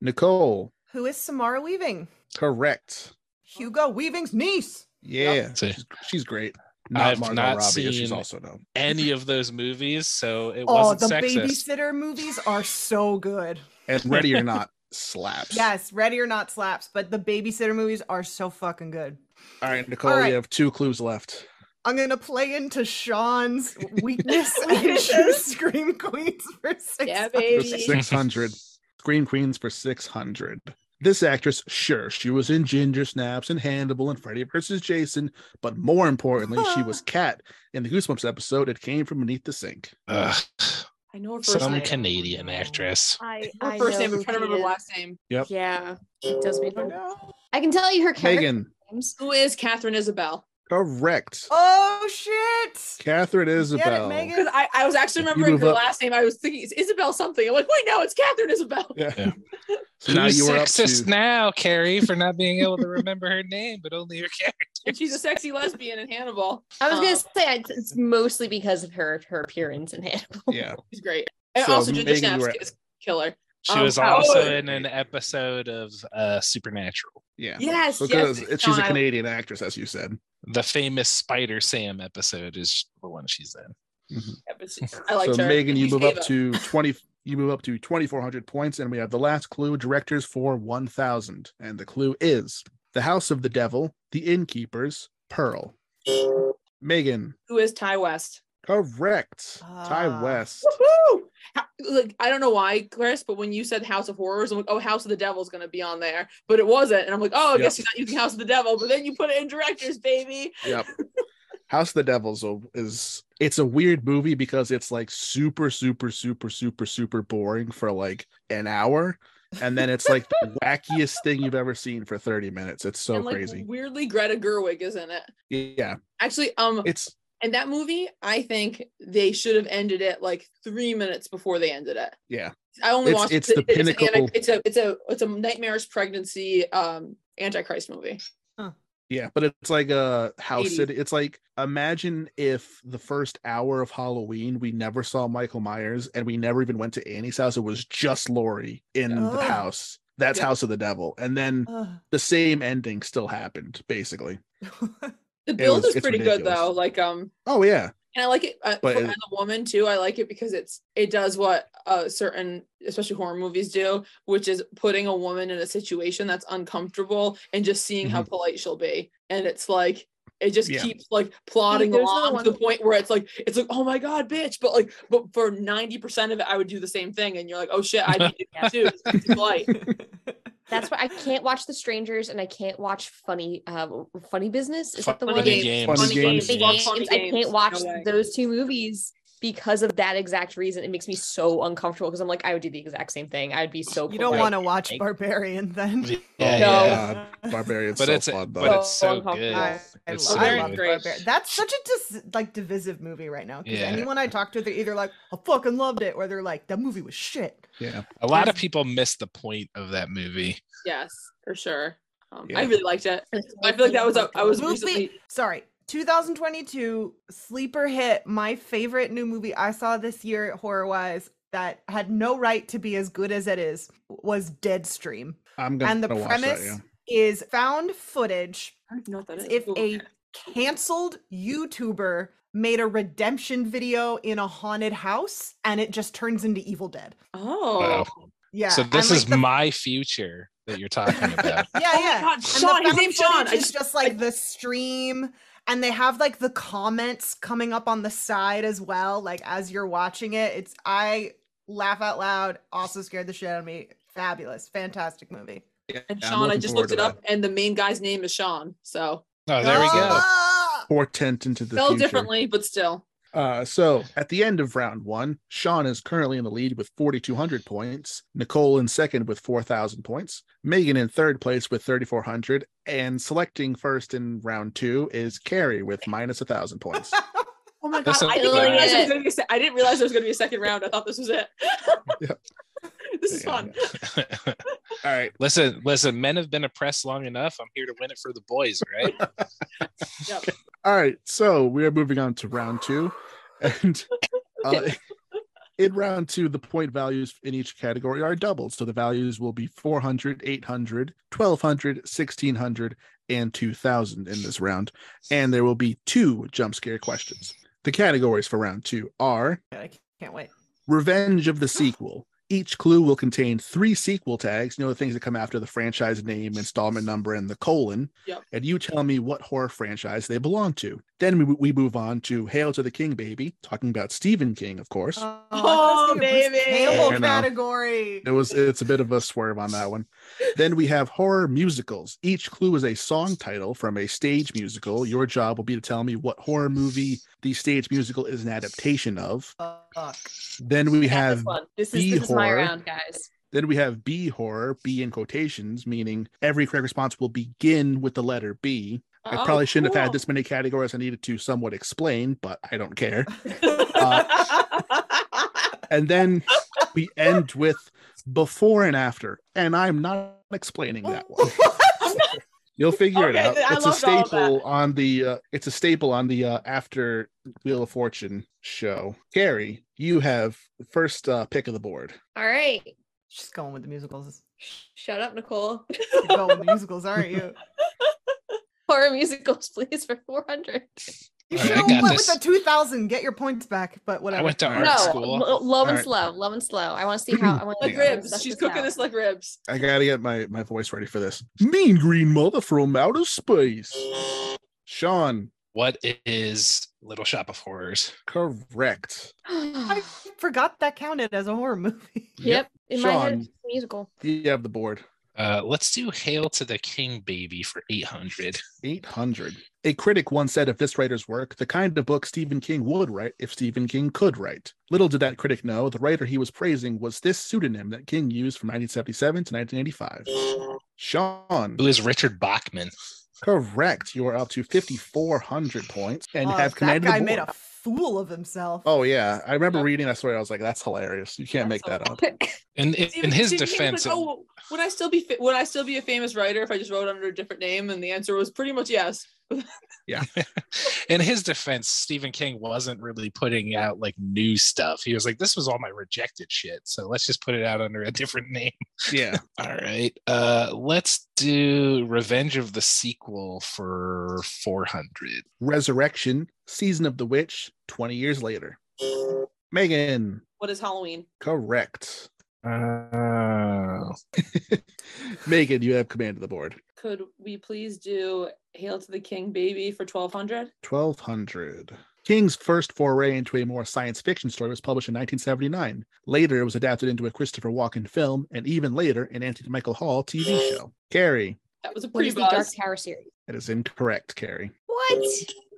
A: Nicole,
E: Who is Samara Weaving?
A: correct.
E: Hugo Weaving's niece.
A: Yeah.
D: See.
A: She's, she's great. Not
D: I've
A: Margot
D: not
A: Robbie, as she's
D: seen-
A: also known.
D: Any of those movies, so it
E: Oh,
D: wasn't
E: the
D: sexist.
E: babysitter movies are so good.
A: And Ready or Not slaps.
E: Yes, Ready or Not slaps, but the babysitter movies are so fucking good.
A: All right, Nicole,
E: All right.
A: you have two clues left.
E: I'm gonna play into Sean's weakness and choose Scream Queens for six.
B: Yeah,
A: For
B: baby.
A: 600. Scream Queens for 600. This actress, sure, she was in Ginger Snaps and Hannibal and Freddy vs. Jason, but more importantly, she was Cat in the Goosebumps episode. It came from beneath the sink.
D: Ugh,
B: I know her first
D: some
B: name.
D: Canadian actress.
C: I,
B: Her first name. I'm trying to remember the last name.
A: Yep.
C: Yeah, it does make sense.
E: No.
C: I can tell you her character
A: Megan,
C: names.
B: Who is Catherine Isabel?
A: correct.
E: Oh shit!
A: Catherine Isabel.
E: Megan.
B: Because I, I was actually
A: You
B: remembering
A: move
B: her
A: up.
B: last name. I was thinking it's Isabel something. I'm like, wait, no, it's Catherine Isabel.
A: Yeah.
D: Yeah.
A: So now
D: Who's
A: you are up
D: sexist
A: to
D: now, Carrie, for not being able to remember her name, but only her character.
B: And she's a sexy lesbian in Hannibal.
C: I was
B: Um,
C: gonna say it's- it's mostly because of her her appearance in Hannibal.
A: yeah.
B: She's great. And
A: So,
B: also Ginger
A: Megan, you
B: Snaps
A: were-
B: is killer.
D: She
B: Um,
D: was
B: oh.
D: also in an episode of uh, Supernatural,
A: Yeah.
B: Yes,
A: Because
B: yes.
A: it- she's a
B: Sean, I-
A: Canadian actress, as you said.
D: the famous Spider Sam episode is the one she's in.
B: yeah, but she- I liked
A: so
B: her.
A: Megan, you
B: She's
A: move up
B: Ava.
A: to 20 you move up to 2400 points and we have the last clue directors for 1000 and the clue is The House of the Devil, The Innkeepers, Pearl. Megan,
B: Who is Ty West?
A: correct. Ty
E: Ah.
A: West.
B: Woo! Like I don't know why, Chris, but when you said House of Horrors, I'm like, oh, House of the Devil's gonna be on there, but it wasn't, and I'm like, oh, I
A: Yep.
B: guess you're not using House of the Devil, but then you put it in directors, baby.
A: Yep. House of the Devils o- is it's a weird movie because it's like super super super super super boring for like an hour and then it's like the wackiest thing you've ever seen for 30 minutes. It's so
B: and like
A: crazy.
B: weirdly, Greta Gerwig is in it.
A: Yeah.
B: Actually, um,
A: It's
B: and that movie, I think they should have ended it like three minutes before they ended it.
A: yeah.
B: I only
A: It's-
B: watched
A: it's
B: it-
A: the
B: it's an anti-
A: pinnacle-
B: It's a it's a it's a nightmarish pregnancy um antichrist movie.
A: Yeah, but it's like a house
B: 80s.
A: city. It's like imagine if the first hour of Halloween we never saw Michael Myers and we never even went to Annie's house. It was just Laurie in the
E: Yeah.
A: house. That's
B: Yeah.
A: House of the Devil. And then
E: Ugh.
A: the same ending still happened, basically.
B: The build
A: was-
B: is
A: it's
B: pretty good
A: ridiculous.
B: though. Like um
A: Oh yeah.
B: and I like it uh,
A: But
B: for,
A: it-
B: and the woman too. I like it because it's it does what uh, certain, especially horror movies do, which is putting a woman in a situation that's uncomfortable and just seeing how polite she'll be. And it's like it just
A: Mm-hmm. Yeah.
B: keeps like plodding
C: there's the
B: along
C: one-
B: to the point where it's like it's like oh my god, bitch. But like, but for ninety percent of it, I would do the same thing, and you're like, oh shit, I did it too. It's polite.
C: That's why I can't watch The Strangers and I can't watch Funny uh, Funny Business. Is that the
B: Funny
C: one?
B: Games.
A: Funny Games.
C: Funny
B: Love
C: Games.
B: Funny
C: I
B: Games.
C: can't watch
B: No way.
C: those two movies because of that exact reason. It makes me so uncomfortable because I'm like, I would do the exact same thing. I would be so.
E: You don't
C: polite.
E: want to watch
C: Like-
E: Barbarian then.
D: Yeah,
C: No.
D: yeah.
A: Barbarian's
D: But
A: so
D: it's
A: fun though.
D: but it's
C: So
D: so good.
E: I, I,
D: It's
E: lo-
D: so
E: I
D: good.
E: love Barbarian. That's such a dis- like divisive movie right now. Because
D: Yeah.
E: anyone I talk to, they're either like, I fucking loved it, or they're like, that movie was shit.
A: yeah.
D: A lot of people miss the point of that movie.
B: Yes, for sure. Um, I
A: Yeah.
B: really liked it. I feel like that was a, I was
E: Movie-
B: recently
E: Sorry. 2022 sleeper hit. My favorite new movie I saw this year, horror wise, that had no right to be as good as it is, was Deadstream.
A: I'm gonna
E: And the
A: watch
E: premise
A: that,
E: is found footage
B: I don't even know what that is.
E: if
B: Ooh,
E: a canceled YouTuber made a redemption video in a haunted house and it just turns into Evil Dead.
B: oh
D: Wow.
E: Yeah.
D: so
E: and,
D: this
E: like,
D: is
E: the-
D: my future that you're talking about.
E: yeah,
B: Oh my
E: yeah.
B: God,
E: And the
B: Sean, his
E: found
B: name's Sean. I
E: footage is
B: just-
E: just like the stream, and they have like the comments coming up on the side as well. Like as you're watching it, it's I laugh out loud. Also scared the shit out of me. Fabulous, fantastic movie.
A: yeah.
B: and
A: Yeah, I'm
B: Sean, I
A: looking
B: just
A: forward
B: looked
A: to
B: it
A: that.
B: up, and the main guy's name is Sean. So
D: Oh, there we go.
E: Ah!
A: Portent into the
B: spelled
A: future.
B: differently, but still.
A: Uh, so at the end of round one, Sean is currently in the lead with 4,200 points, Nicole in second with 4,000 points, Megan in third place with 3,400, and selecting first in round two is Carrie with minus 1,000 points.
B: Oh my god!
D: That's
B: I
D: a-
B: didn't, realize there was
C: Brilliant.
B: gonna be a se- I didn't realize there was going to be a second round. I thought this was it.
A: Yeah.
B: This is
A: Yeah,
B: fun.
A: All right.
D: listen, listen, men have been oppressed long enough. I'm here to win it for the boys, right?
A: All right. So we are moving on to round two. And uh, in round two, the point values in each category are doubled. So the values will be 400, 800, 1200, 1600, and 2000 in this round. And there will be two jump scare questions. The categories for round two are
E: God, I can't wait.
A: Revenge of the Sequel. Each clue will contain three sequel tags, you know, the things that come after the franchise name, installment number, and the colon.
B: Yep.
A: And you tell me what horror franchise they belong to. Then we, we move on to Hail to the King, baby, talking about Stephen King, of course.
E: Oh, I thought it was gonna be a Bruce
B: baby.
E: Campbell
A: I know.
E: category.
A: it was it's a bit of a swerve on that one. Then we have horror musicals. Each clue is a song title from a stage musical. Your job will be to tell me what horror movie the stage musical is an adaptation of.
E: Fuck.
A: Then we
C: I got
A: have
C: this one. This is this is my
A: B-horror.
C: round, guys.
A: Then we have B horror, B in quotations, meaning every correct response will begin with the letter B. I
B: Oh,
A: probably shouldn't have had
B: cool.
A: this many categories. I needed to somewhat explain, but I don't care. And then we end with before and after. And I'm not explaining that one. You'll figure it
B: Okay,
A: out.
B: I
A: It's a
B: loved all of
A: staple on the uh, it's a staple on the uh, after Wheel of Fortune show. Gary, you have the first uh, pick of the board.
C: All right,
E: She's going with the musicals.
C: shut up, Nicole.
E: You're going with the musicals, aren't you?
C: Horror musicals, please, for four hundred.
E: You
D: All right, I
E: should have
D: got
E: went
D: this.
E: with the 2000. Get your points back, but whatever.
D: I went to
A: All
D: art
A: right.
C: No,
D: school.
C: l- low and
A: Alright.
C: slow, low and slow. I want to see how I want to
B: like ribs. She's cooking this like ribs.
A: I gotta get my my voice ready for this. Mean green mother from outer space. Sean,
D: What is Little Shop of Horrors?
A: correct.
E: I forgot that counted as a horror movie.
C: yep, in my head,
A: Sean.
C: it's a musical.
A: You have the board.
D: Uh, let's do Hail to the King, baby, for 800.
A: 800. A critic once said of this writer's work, the kind of book Stephen King would write if Stephen King could write. Little did that critic know, the writer he was praising was this pseudonym that King used from 1977 to 1985. Sean,
D: Who is Richard Bachman?
A: correct. You are up to 5,400 points and
E: Oh,
A: have
E: that
A: commanded the
E: guy
A: board.
E: made a fool of himself.
A: Oh yeah, I remember
B: Yeah.
A: reading that story. I was like, "That's hilarious. You can't make
B: That's
A: that up."
D: In, in,
B: Stephen-
D: in his
B: Stephen King
D: defense,
B: was like, oh, would I still be fa- would I still be a famous writer if I just wrote under a different name? And the answer was pretty much yes. oh.
D: in his defense, Stephen King wasn't really putting out like new stuff. He was like, this was all my rejected shit. So let's just put it out under a different name.
A: Yeah.
D: All right. Uh, let's do Revenge of the Sequel for 400.
A: Resurrection, Season of the Witch, 20 years later. Megan,
B: What is Halloween?
A: correct.
D: Oh.
A: Megan, you have command of the board.
B: Could we please do Hail to the King, baby for twelve hundred?
A: 1200. King's first foray into a more science fiction story was published in 1979. Later, it was adapted into a Christopher Walken film, and even later, an Anthony Michael Hall TV show. Carrie,
B: That was a
C: What
B: pretty
C: is the Dark
B: buzz.
C: Tower series?
A: that is incorrect, Carrie.
C: What?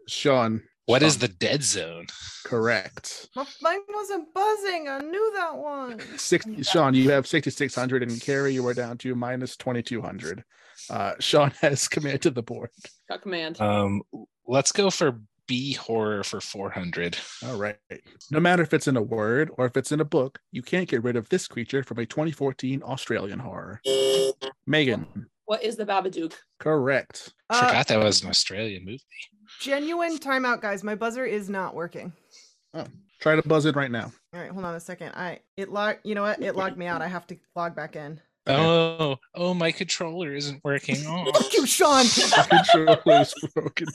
A: Sean,
D: What is the dead zone?
A: correct.
E: My phone wasn't buzzing. I knew that one.
A: 60, Sean, you have 6,600, and Carrie, you are down to minus 2,200. Uh, Sean has commanded the board.
B: Got command.
A: Uh,
D: Um, let's go for B horror for 400.
A: All right. No matter if it's in a word or if it's in a book, you can't get rid of this creature from a 2014 Australian horror. Megan,
B: What is the Babadook?
A: correct.
E: Uh,
D: Forgot that was an Australian movie.
E: genuine timeout, guys. My buzzer is not working.
A: Try to buzz in right now.
E: All right, hold on a second. I it locked. You know what? It locked me out. I have to log back in.
A: Okay.
D: Oh, oh, my controller isn't working. Oh,
E: Fuck you, Sean.
A: My controller is broken.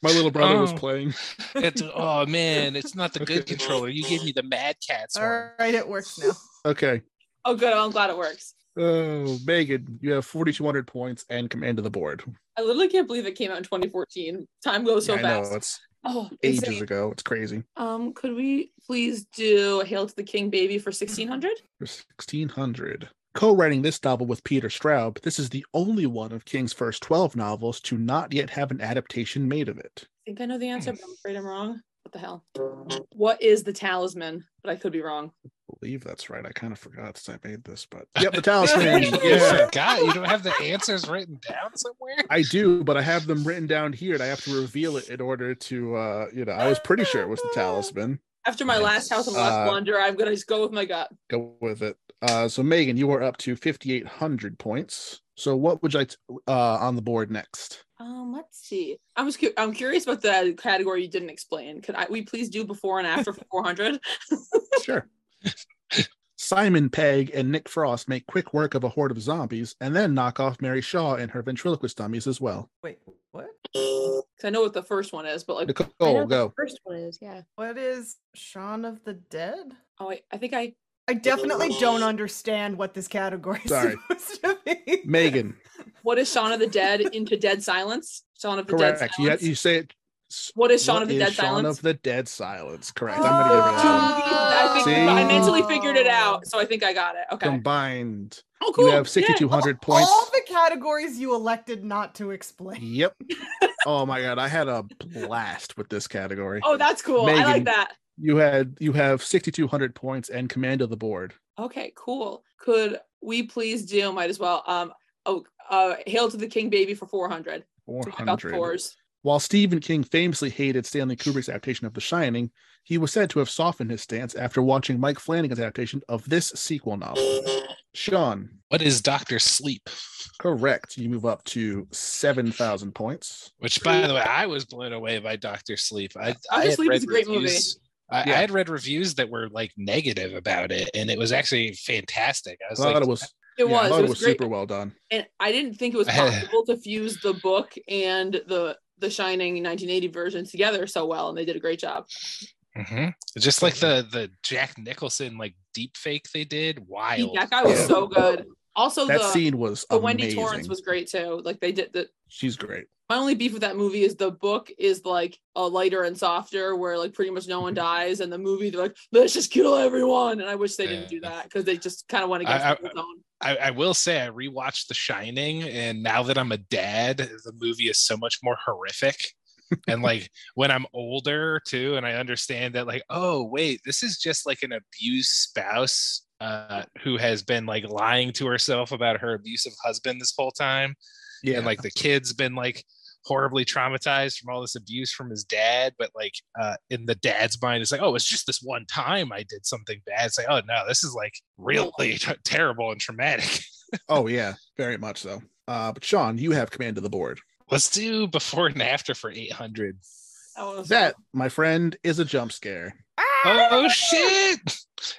A: My little brother was
D: Oh.
A: playing.
D: it's, oh man, it's not the good
A: Okay.
D: controller. You gave me the Mad Cats
E: All
D: one.
E: right, it works now.
A: Okay.
B: Oh, good. I'm glad it works.
A: Oh, Megan, you have 4,200 points and command of the board.
B: I literally can't believe it came out in 2014. Time goes so
A: Yeah, I
B: fast.
A: know it's
B: Oh,
A: ages
B: insane.
A: ago. It's crazy.
B: Um, could we please do Hail to the King Baby for 1600?
A: for 1600. Co writing this novel with Peter Straub, this is the only one of King's first 12 novels to not yet have an adaptation made of it.
B: I think I know the answer, but I'm afraid I'm wrong. What the hell? What is the talisman? But I could be wrong.
A: I believe that's right. I kind of forgot since I made this, but. Yep, the talisman. yeah.
D: You forgot. You don't have the answers written down somewhere.
A: I do, but I have them written down here and I have to reveal it in order to, uh, you know, I was pretty sure it was the talisman.
B: After my last house and
A: Uh,
B: last blunder, I'm gonna just go with my gut.
A: Go with it. Uh, so, Megan, you are up to 5,800 points. So, what would you like to, uh, on the board next?
B: Um, let's see. I was cu- I'm curious about the category you didn't explain. Could I we please do before and after for 400?
A: Sure. Simon Pegg and Nick Frost make quick work of a horde of zombies and then knock off Mary Shaw and her ventriloquist dummies as well.
E: Wait, what?
B: 'Cause I know what the first one is, but like,
C: I know
A: Nicole,
C: what
A: go.
C: The first one is yeah.
E: What is Shaun of the Dead?
B: oh, wait, I think I
E: I definitely don't understand what this category is
A: Sorry.
E: supposed to be.
A: Megan,
B: what is Shaun of the Dead into Dead Silence? Shaun of the Dead
A: correct. You,
B: Silence.
A: you say it. s-
B: what is Shaun
A: what
B: of the
A: is
B: Dead
A: Shaun
B: Silence?
A: of the Dead Silence. Correct. I'm gonna give it
B: Oh,
A: that one.
B: I, think
A: See?
B: I mentally figured it out, so I think I got it. Okay.
A: Combined,
B: oh, cool.
A: you have
B: Yeah.
A: 6,200
E: All
A: points.
E: the categories you elected not to explain.
A: Yep. Oh my god, I had a blast with this category.
B: Oh, that's cool. I
A: Megan.
B: like that.
A: You had you have 6,200 points and command of the board.
B: Okay, cool. Could we please do? Might as well. Um. Oh, uh, hail to the king, baby, for four hundred. About
A: 400.
B: fours.
A: While Stephen King famously hated Stanley Kubrick's adaptation of The Shining, he was said to have softened his stance after watching Mike Flanagan's adaptation of this sequel novel. Sean,
D: What is Doctor Sleep?
A: correct. You move up to 7,000 points.
D: Which, by the way, I was blown away by Doctor Sleep. I, I had
B: Sleep
D: read
B: is a great movie.
D: reviews- I,
A: Yeah.
D: I had read reviews that were like negative about it, and it was actually fantastic. I
A: I
D: was
A: thought
D: like,
A: it was, yeah,
B: It
A: I
B: was.
A: thought
B: It was great.
A: super well done.
B: And I didn't think it was possible to fuse the book and the the Shining 1980 version together so well, and they did a great job.
D: Mhm. just like the the Jack Nicholson like deep fake they did. Wild.
B: That guy was
A: Yeah.
B: so good. Also,
A: That
B: the,
A: scene was
B: uh, the
A: amazing.
B: Wendy Torrance was great too. Like they did the
A: She's great.
B: my only beef with that movie is the book is like a lighter and softer where like pretty much no
A: Mm-hmm.
B: one dies and the movie they're like let's just kill everyone and i wish they didn't do
D: Yeah.
B: that because they just kind of went
D: I- I-
B: against the zone
D: I, I will say I rewatched The Shining, and now that I'm a dad, the movie is so much more horrific. and like when I'm older too, and I understand that, like, oh wait, this is just like an abused spouse uh, who has been like lying to herself about her abusive husband this whole time,
A: Yeah.
D: and like the kid's been like horribly traumatized from all this abuse from his dad but like uh in the dad's mind it's like oh it's just this one time i did something bad it's like oh no this is like really t- terrible and traumatic
A: oh, yeah. Very much so. Uh, but Sean, you have command of the board.
D: Let's do before and after for 800.
B: That one was-
A: That, my friend, is a jump scare.
D: Oh shit!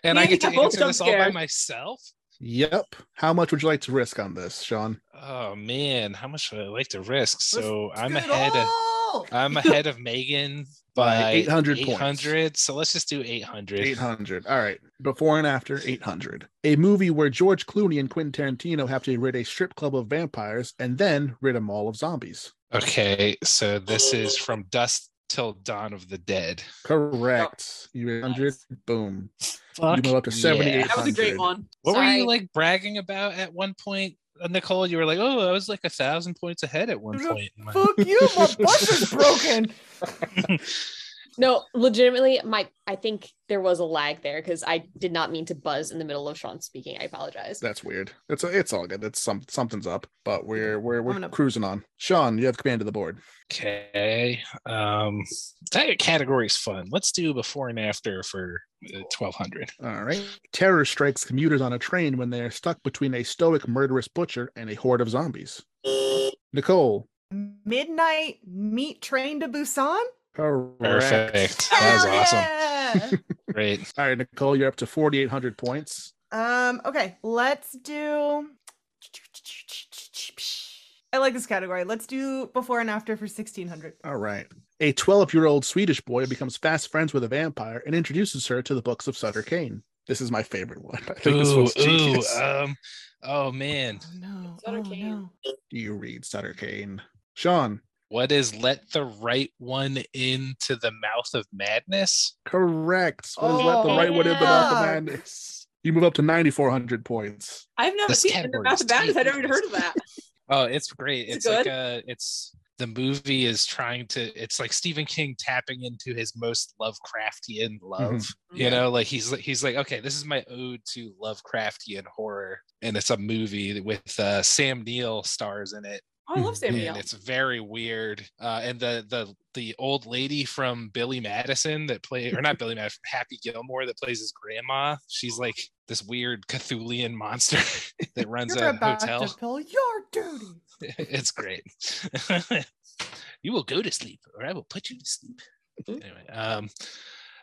D: And
B: Yeah,
D: I
B: we
D: get to
B: got both
D: answer
B: jump
D: this all by
B: scares.
D: myself.
A: Yep. How much would you like to risk on this, Sean?
D: Oh man, how much would I like to risk? So
E: Let's
D: I'm
E: do it
D: ahead of
E: all!
D: I'm ahead of Megan
A: By
D: by
A: 800 points.
D: 800. So let's just do 800.
A: 800. All right. Before and after 800. A movie where George Clooney and Quentin Tarantino have to rid a strip club of vampires and then rid them all of zombies.
E: Oh.
D: Okay, so this is from Dust till Dawn of the Dead.
A: Correct. You 100.
B: Nice.
A: Boom.
D: Fuck
A: move up to 78.
B: That was a great
A: 800.
B: one.
D: What were
C: Sorry.
D: you like bragging about at one point, uh, Nicole? You were like, "Oh, I was like a thousand points ahead at one
E: The
D: point." in my-
E: Fuck you, my bus is broken.
C: No, legitimately, my I think there was a lag there because I did not mean to buzz in the middle of Sean speaking. I apologize.
A: That's weird. It's it's all good. It's some something's up, but we're we're we're
E: I'm gonna-
A: cruising on. Sean, you have command of the board.
D: Okay. Um, that category is fun. Let's do before and after for uh, 1200.
A: All right. Terror strikes commuters on a train when they are stuck between a stoic murderous butcher and a horde of zombies. Nicole.
E: Midnight meat train to Busan.
A: Correct.
D: Perfect. That was
E: Hell
D: awesome.
E: yeah!
D: Great.
A: All right, Nicole, you're up to 4,800 points.
E: Um, okay, let's do. I like this category. Let's do before and after for 1600.
A: All right. A 12 year old Swedish boy becomes fast friends with a vampire and introduces her to the books of Sutter Kane. This is my favorite one. I think this
D: Ooh,
A: one's
D: ooh,
A: genius.
D: um, oh man.
E: no.
B: Sutter Kane.
A: Do you read Sutter Kane? Sean,
D: What is let the right one into the mouth of madness?
A: correct. What is let the
E: Oh,
A: right one in the mouth of
E: yeah.
A: madness? You move up to 9,400 points.
B: I've never
D: This
B: seen it in the
D: category is
B: Mouth of Madness. I've never even
D: dangerous.
B: heard of that.
D: Oh, it's great.
B: Is it
D: It's like uh it's the movie is trying to it's like Stephen King tapping into his most Lovecraftian love. You
B: Yeah.
D: know, like he's like he's like, okay, this is my ode to Lovecraftian horror. And it's a movie with uh Sam Neill stars in it.
B: Oh, I love Sam
D: and
B: Neill.
D: it's very weird. Uh, and the the the old lady from Billy Madison that play or not Billy Madison, Happy Gilmore that plays his grandma. She's like this weird Cthulian monster that runs
E: You're
D: a
E: about
D: hotel.
E: to pull your duty.
D: it's great. you will go to sleep, or I will put you to sleep.
A: Mm-hmm.
D: Anyway, um,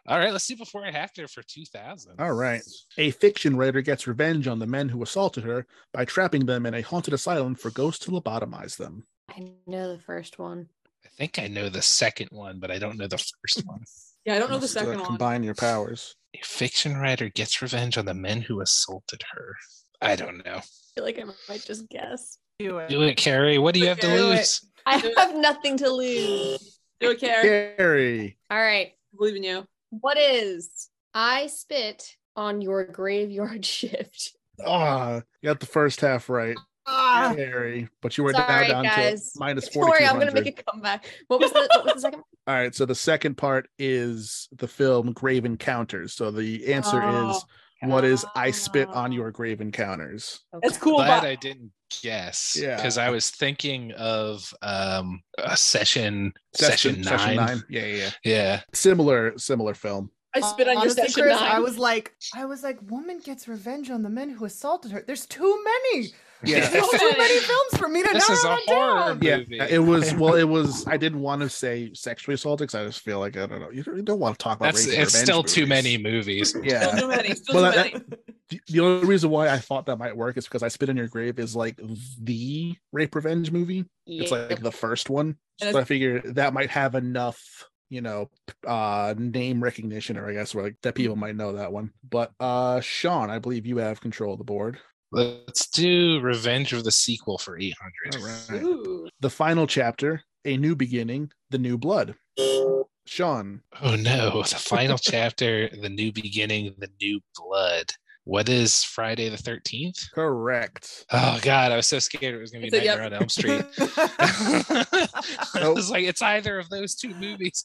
D: all right, let's do before I have to for two thousand.
A: All right. A fiction writer gets revenge on the men who assaulted her by trapping them in a haunted asylum for ghosts to lobotomize them.
C: I know the first one.
D: I think I know the second one, but I don't know the first one.
B: yeah, I don't know the
A: Must, uh,
B: second one.
A: Combine your powers.
D: A fiction writer gets revenge on the men who assaulted her. I don't know.
C: I feel like I might just guess.
E: Do it.
D: Do it, Carrie. What do you have to
E: Do it.
D: lose?
C: I have nothing to lose.
B: Do it, Karen.
A: Gary.
C: All right.
B: I believe in you.
C: What is I spit on your graveyard shift?
A: Ah, you got the first half right,
E: Ah,
A: Gary, but you were
C: Sorry,
A: now down
C: guys.
A: to minus
C: Don't worry, I'm
A: 4,200.
C: gonna make a comeback. What was the what was the second?
A: All right, so the second part is the film Grave Encounters. So the answer is what is I spit on your grave encounters?
B: That's cool.
D: Glad
B: But
D: I didn't guess.
A: Yeah.
D: Because I was thinking of um a session
A: Session-
D: session, nine.
A: session nine. Yeah, yeah, yeah.
D: Yeah.
A: Similar, similar film.
B: I spit on your
E: honestly,
B: session
E: Chris,
B: nine.
E: I was like, I was like, woman gets revenge on the men who assaulted her. There's too many.
A: Yeah.
E: There's too many films for me to
D: This
E: narrow
D: is a
E: it
D: horror
E: down.
A: yeah
D: movie.
A: it was well it was i didn't want to say sexually assaulted because i just feel like i don't know you don't, you don't want to talk about
D: That's
A: rape and
D: it's
A: revenge
D: still too
A: movies.
D: many movies.
A: yeah
B: Still too many. Still
A: Well,
B: too
A: that-
B: many.
A: The- the only reason why i thought that might work is because i spit in your grave is like the rape revenge movie it's like the first one
B: And
A: so i figure that might have enough you know p- uh name recognition or i guess where like that people might know that one but uh sean i believe you have control of the board
D: Let's do Revenge of the Sequel for 800.
A: all right
B: Ooh.
A: the final chapter a new beginning the new blood sean
D: Oh no, the final chapter, the new beginning, the new blood. What is Friday the 13th?
A: correct
D: Oh god, I was so scared it was gonna be
B: It's a-
D: Nightmare on Elm Street. I
A: Nope.
D: was like, it's either of those two movies.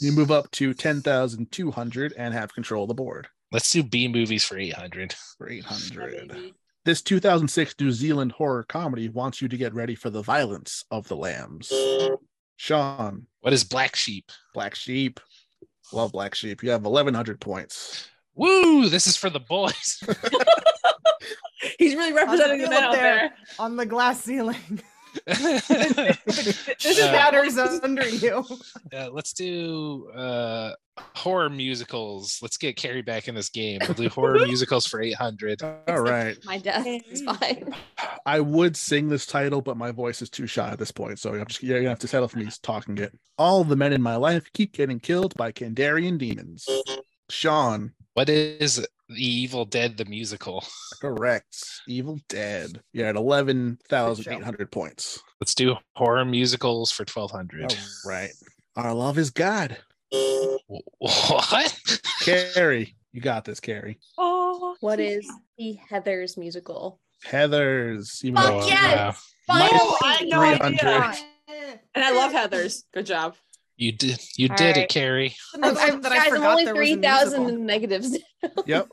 A: You move up to 10,200 and have control of the board
D: Let's do B movies for 800.
A: for
B: Yeah,
A: 800.
B: baby.
A: This 2006 New Zealand horror comedy wants you to get ready for the violence of the lambs. Sean,
D: What is Black Sheep?
A: Black Sheep. Love Black Sheep. You have 1,100 points.
D: Woo, this is for the boys.
B: He's really representing the
E: feel
B: men
E: up
B: out there.
E: on the glass ceiling.
B: This is
D: Uh,
E: Shatters under you.
D: Uh, let's do uh, horror musicals. Let's get Carrie back in this game. We'll do horror musicals for 800.
A: All right.
C: my death. It's fine.
A: I would sing this title, but my voice is too shy at this point. So I'm just, you're going to have to settle for me talking it. All the men in my life keep getting killed by Kandarian demons. Sean,
D: What is The Evil Dead the musical?
A: correct. Evil Dead. You're at 11,800 points.
D: Let's do horror musicals for 1200.
A: Oh. All right. Our love is God.
D: What?
A: Carrie, you got this, Carrie.
B: Oh,
C: What is the Heather's musical?
A: Heather's. even
C: Fuck
A: though I'm
C: yes!
A: not-
C: Finally!
E: Oh, I had no idea.
A: 300.
B: And I love Heather's. Good job.
D: You did. You
C: All
D: did
C: right.
D: it, Carrie.
C: I'm,
E: Another
C: I'm-
E: one that I
C: guys, I'm
E: forgot
C: only
E: there was a
C: three thousand
E: musical.
C: in negatives.
A: Yep.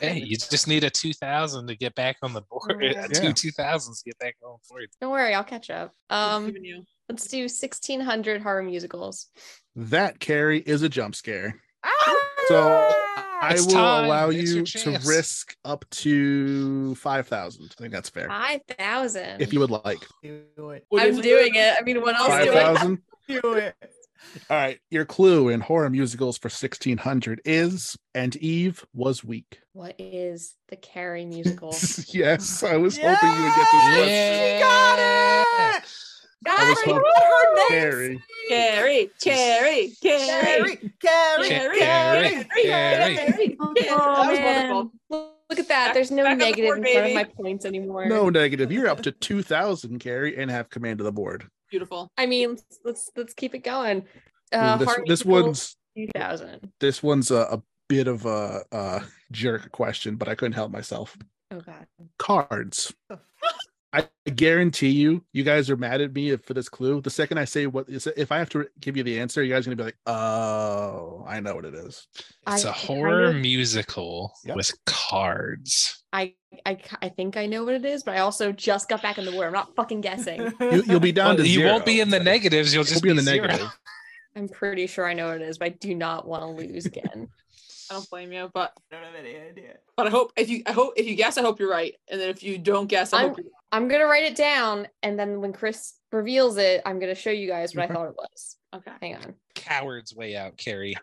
D: Hey, you just need a two thousand to get back on the board.
C: Yeah.
D: Two two thousands to get back on board.
C: Don't worry, I'll catch up. Um,
B: Even you.
C: let's do sixteen hundred horror musicals.
A: That, Carrie, is a jump scare.
E: Ah!
A: So, I
D: It's
A: will
D: time.
A: allow
D: It's
A: you
D: your
A: to
D: chance.
A: risk up to 5,000. I think that's fair.
C: Five thousand.
A: If you would like.
E: do it.
B: What
C: I'm
B: is
C: doing it. I mean, what else do I?
A: 5,000.
E: Do it.
A: All right. Your clue in horror musicals for 1600 is And Eve Was Weak.
C: What is the Carrie musical?
A: yes. I was hoping you would get this question.
E: She got it.
A: I
E: Guys,
A: was
E: you
A: hoping-
E: heard that?
A: Carrie.
B: Carrie, Carrie, Carrie,
E: Carrie, Carrie,
B: Carrie,
E: Carrie.
D: Carrie,
B: Carrie,
E: Carrie.
B: Carrie.
C: Oh,
B: That was wonderful.
C: Look at that. There's no
B: Back on the
C: negative
B: board,
C: in front of
B: baby.
C: my points anymore.
A: No negative. You're up to 2,000, Carrie, and have command of the board.
B: Beautiful.
C: I mean, let's- let's let's keep it going.
A: I
C: Uh,
A: mean, Mm, this,
C: horror
A: this
C: musical,
A: one's
C: 2000.
A: this one's a, a bit of a, a jerk question, but I couldn't help myself.
C: Oh God.
A: Cards. I guarantee you, you guys are mad at me for this clue. The second I say what, if I have to give you the answer, you guys are gonna be like, "Oh, I know what it is."
D: It's
C: I-
D: a
C: I
D: horror
C: kinda-
D: musical
A: Yep.
D: with cards.
C: I, I ca- I think I know what it is, but I also just got back in the war. I'm not fucking guessing.
A: You, you'll be down
D: Well,
A: to
D: you
A: zero.
D: won't be in the negatives. You'll
A: You'll
D: just
A: be in the
D: zero.
A: negative.
C: I'm pretty sure I know what it is, but I do not want to lose again.
B: I don't blame you, but
E: I don't have any idea.
B: but I hope if you I hope if you guess, I hope you're right. And then if you don't guess, I
C: I'm-
B: hope you're
C: I'm gonna write it down, and then when Chris reveals it, I'm gonna show you guys what I
A: Okay.
C: thought it was.
B: okay.
C: Hang on.
D: Coward's way out, Carrie.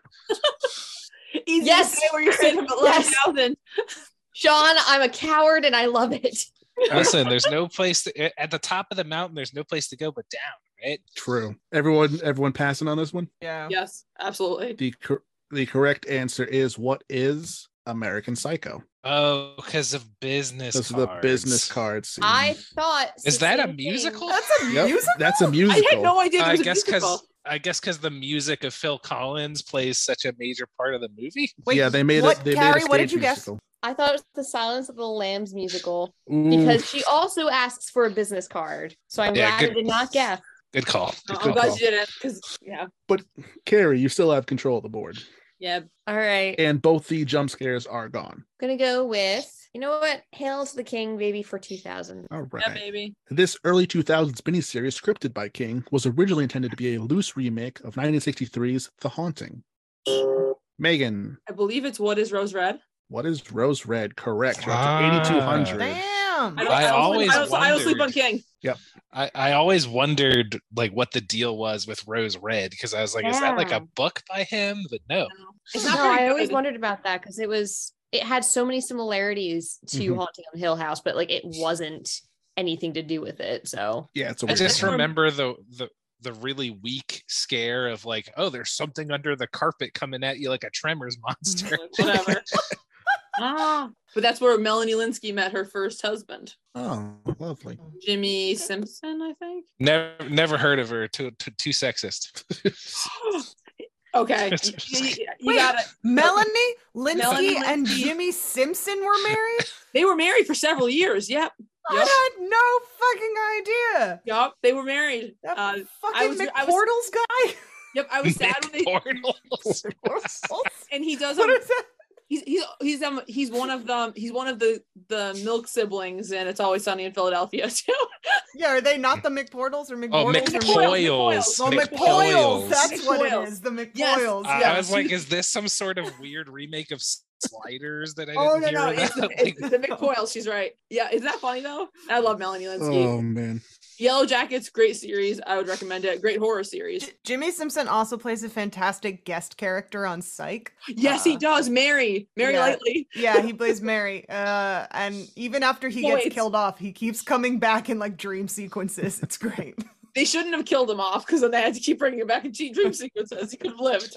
B: Easy
C: Yes.
B: yes. to say where you're sitting about
C: Yes.
B: eleven thousand.
C: Sean, I'm a coward and I love it.
D: Listen, there's no place to, at the top of the mountain. There's no place to go but down, right?
A: True. Everyone, everyone passing on this one.
E: Yeah.
B: Yes, absolutely.
A: The cor- the correct answer is what is American Psycho?
D: Oh, because of business.
A: This is the
D: cards.
A: business card scene.
C: I thought
D: Is that a
C: 16
D: musical?
E: That's a
A: Yep,
E: musical.
A: That's a
B: I
A: musical.
B: had no idea there
D: I
B: was a
D: guess because
B: musical.
D: I guess because the music of Phil Collins plays such a major part of the movie.
E: Wait,
A: yeah, they made
E: what,
A: it. They
E: Carrie,
A: made a
E: what did
A: stage
E: you guess?
A: musical.
C: I thought it was the Silence of the Lambs musical
A: Ooh,
C: because she also asks for a business card. So I'm
D: Yeah,
C: glad I
D: good-
C: did not guess.
D: Good call. Good
E: Oh,
B: I'm
D: call.
B: glad you did it because yeah,
A: Carrie, you still have control of the board,
B: yeah.
C: All right.
A: and both the jump scares are gone.
C: gonna go with you know what? Hail to the King, baby, for 2000.
A: All right.
B: Yeah, baby.
A: This early 2000s miniseries, scripted by King, was originally intended to be a loose remake of 1963's The Haunting. Megan,
B: I believe it's what is Rose Red.
A: what is Rose Red? Correct. You're
D: Ah.
A: up to 8,200.
E: Damn.
B: I don't,
D: I
B: I, don't
D: always
B: sleep, I, don't, I don't sleep on
D: wondered-
B: King.
D: I, I always wondered like what the deal was with Rose Red because I was like, is that like
C: Yeah.
D: a book by him? But no.
B: It's
C: no,
B: not very
C: I always
B: good.
C: wondered about that because it was it had so many similarities to
A: Mhm.
C: Haunting on Hill House, but like it wasn't anything to do with it. So
A: Yeah, it's a
D: I
A: weird
D: just
A: one.
D: remember the the the really weak scare of like, oh, there's something under the carpet coming at you like a Tremors monster.
B: Like, whatever. ah, but that's where Melanie Linsky met her first husband,
A: Oh, lovely.
B: Jimmy Simpson, I think.
D: never never heard of her. Too too, too sexist.
B: okay, you, you- you- you
E: Wait.
B: got it.
E: Melanie Linsky
B: Melanie
E: and
B: Linsky.
E: Jimmy Simpson were married.
B: They were married for several years. Yep,
E: I
B: Yep.
E: had no fucking idea.
B: yep, they were married.
E: That
B: Uh, I
E: fucking
B: was- I
E: McPortals guy.
B: yep, I was sad when
D: Nick
B: they
D: Portals.
B: and he does.
E: what
B: um,
E: is that?
B: He's he's he's um he's one of the he's one of the the milk siblings, and it's always sunny in Philadelphia too.
E: Yeah, are they not the McPortals or McPortals?
D: Oh,
E: Or
B: McPoyle.
D: McPoils.
E: Oh,
D: McPoils.
E: McPoils. That's what
B: McPoils.
E: it is. The
B: Yes.
E: McPoils.
D: I-
E: yeah.
D: I was like, is this some sort of weird remake of Sliders that I didn't
B: Oh no
D: hear
B: no,
D: about?
B: it's, it's the McCoyle. She's right. Yeah, isn't that funny though? I love Melanie Linsky.
A: Oh, man.
B: Yellow Jackets, great series. I would recommend it. Great horror series.
E: J- Jimmy Simpson also plays a fantastic guest character on Psych.
B: Yes,
E: Uh,
B: he does. Mary, Mary
E: yeah.
B: Lightly.
E: Yeah, he plays Mary. Uh, and even after he
B: Wait.
E: gets killed off, he keeps coming back in like dream sequences. It's great.
B: They shouldn't have killed him off because then they had to keep bringing him back in cheat dream sequences. He could have lived.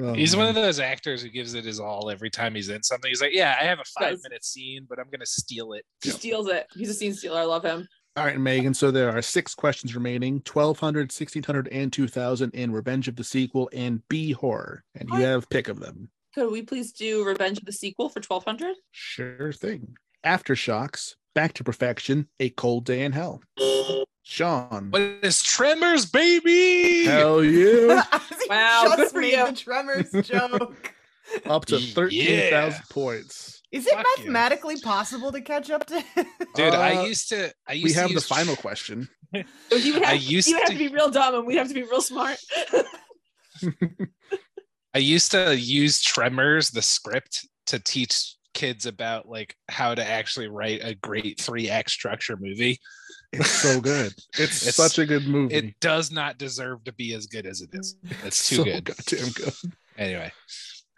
A: Oh,
D: He's one
A: man.
D: of those actors who gives it his all every time he's in something. He's like, yeah, I have a five minute scene, but I'm gonna steal it.
B: He steals it. He's a scene stealer. I love him.
A: All right, Megan. So there are six questions remaining 1200, 1600, and 2000 in Revenge of the Sequel and B Horror. And you
B: What?
A: have pick of them.
B: Could we please do Revenge of the Sequel for 1200?
A: Sure thing. Aftershocks, Back to Perfection, A Cold Day in Hell. Sean.
D: But it's Tremors, baby.
A: Hell yeah.
B: Wow,
E: just
B: good for
E: made
B: you.
E: the tremors joke.
A: Up to
D: Yeah.
A: 13,000 points.
E: Is it
D: Fuck yeah.
E: mathematically possible to catch up to?
D: Dude, I
A: Uh,
D: used to. I used
A: We
D: to
A: have the
D: use
A: final question.
B: So he would
D: I
B: have,
D: used
B: he would have to
D: to-
B: be real dumb and we have to be real smart.
D: I used to use Tremors, the script, to teach kids about like how to actually write a great three act structure movie.
A: It's so good. It's,
D: It's-
A: such a good movie.
D: It does not deserve to be as good as it is. It's
A: Mm-hmm. so
D: too good.
A: goddamn good.
D: Anyway,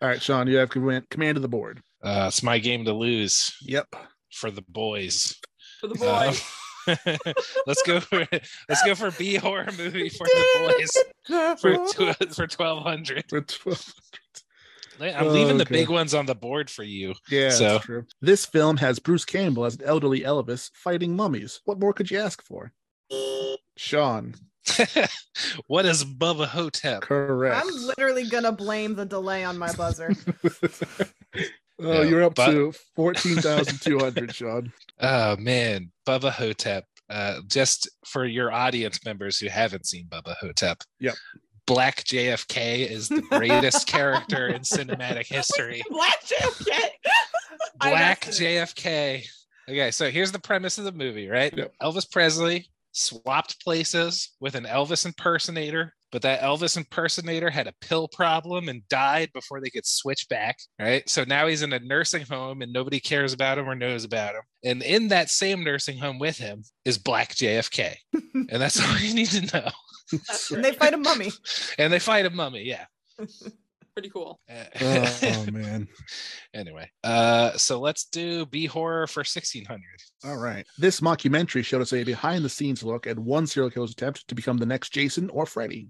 A: All right, Sean, you have command, command of the board.
D: uh, it's my game to lose
A: Yep.
D: for the boys.
B: for the boy.
D: Um, let's go for let's go for B horror movie for the boys for tw- for twelve hundred.
A: For 12
D: I'm leaving the
A: Oh, Okay.
D: big ones on the board for you.
A: Yeah,
D: So-
A: that's true. This film has Bruce Campbell as an elderly Elvis fighting mummies. What more could you ask for? Sean,
D: what is Bubba Hotep?
A: correct.
E: I'm literally gonna blame the delay on my buzzer.
A: oh,
D: Yeah,
A: you're up
D: but-
A: to 14,200, Sean.
D: Oh man, Bubba Hotep. Uh, just for your audience members who haven't seen Bubba Hotep.
A: Yep.
D: Black JFK is the greatest character in cinematic history.
B: Black JFK. I
D: Black
B: messed it.
D: JFK. Okay, so here's the premise of the movie, right?
A: Yep.
D: Elvis Presley swapped places with an Elvis impersonator, but that Elvis impersonator had a pill problem and died before they could switch back, right? So now he's in a nursing home and nobody cares about him or knows about him. And in that same nursing home with him is Black JFK. and that's all you need to know.
B: That's
E: and they fight a mummy.
D: And they fight a mummy, yeah.
B: pretty cool.
A: oh, oh, man.
D: anyway, uh, so let's do B horror for 1600.
A: All right. This mockumentary showed us a behind the scenes look at one serial killer's attempt to become the next Jason or Freddy.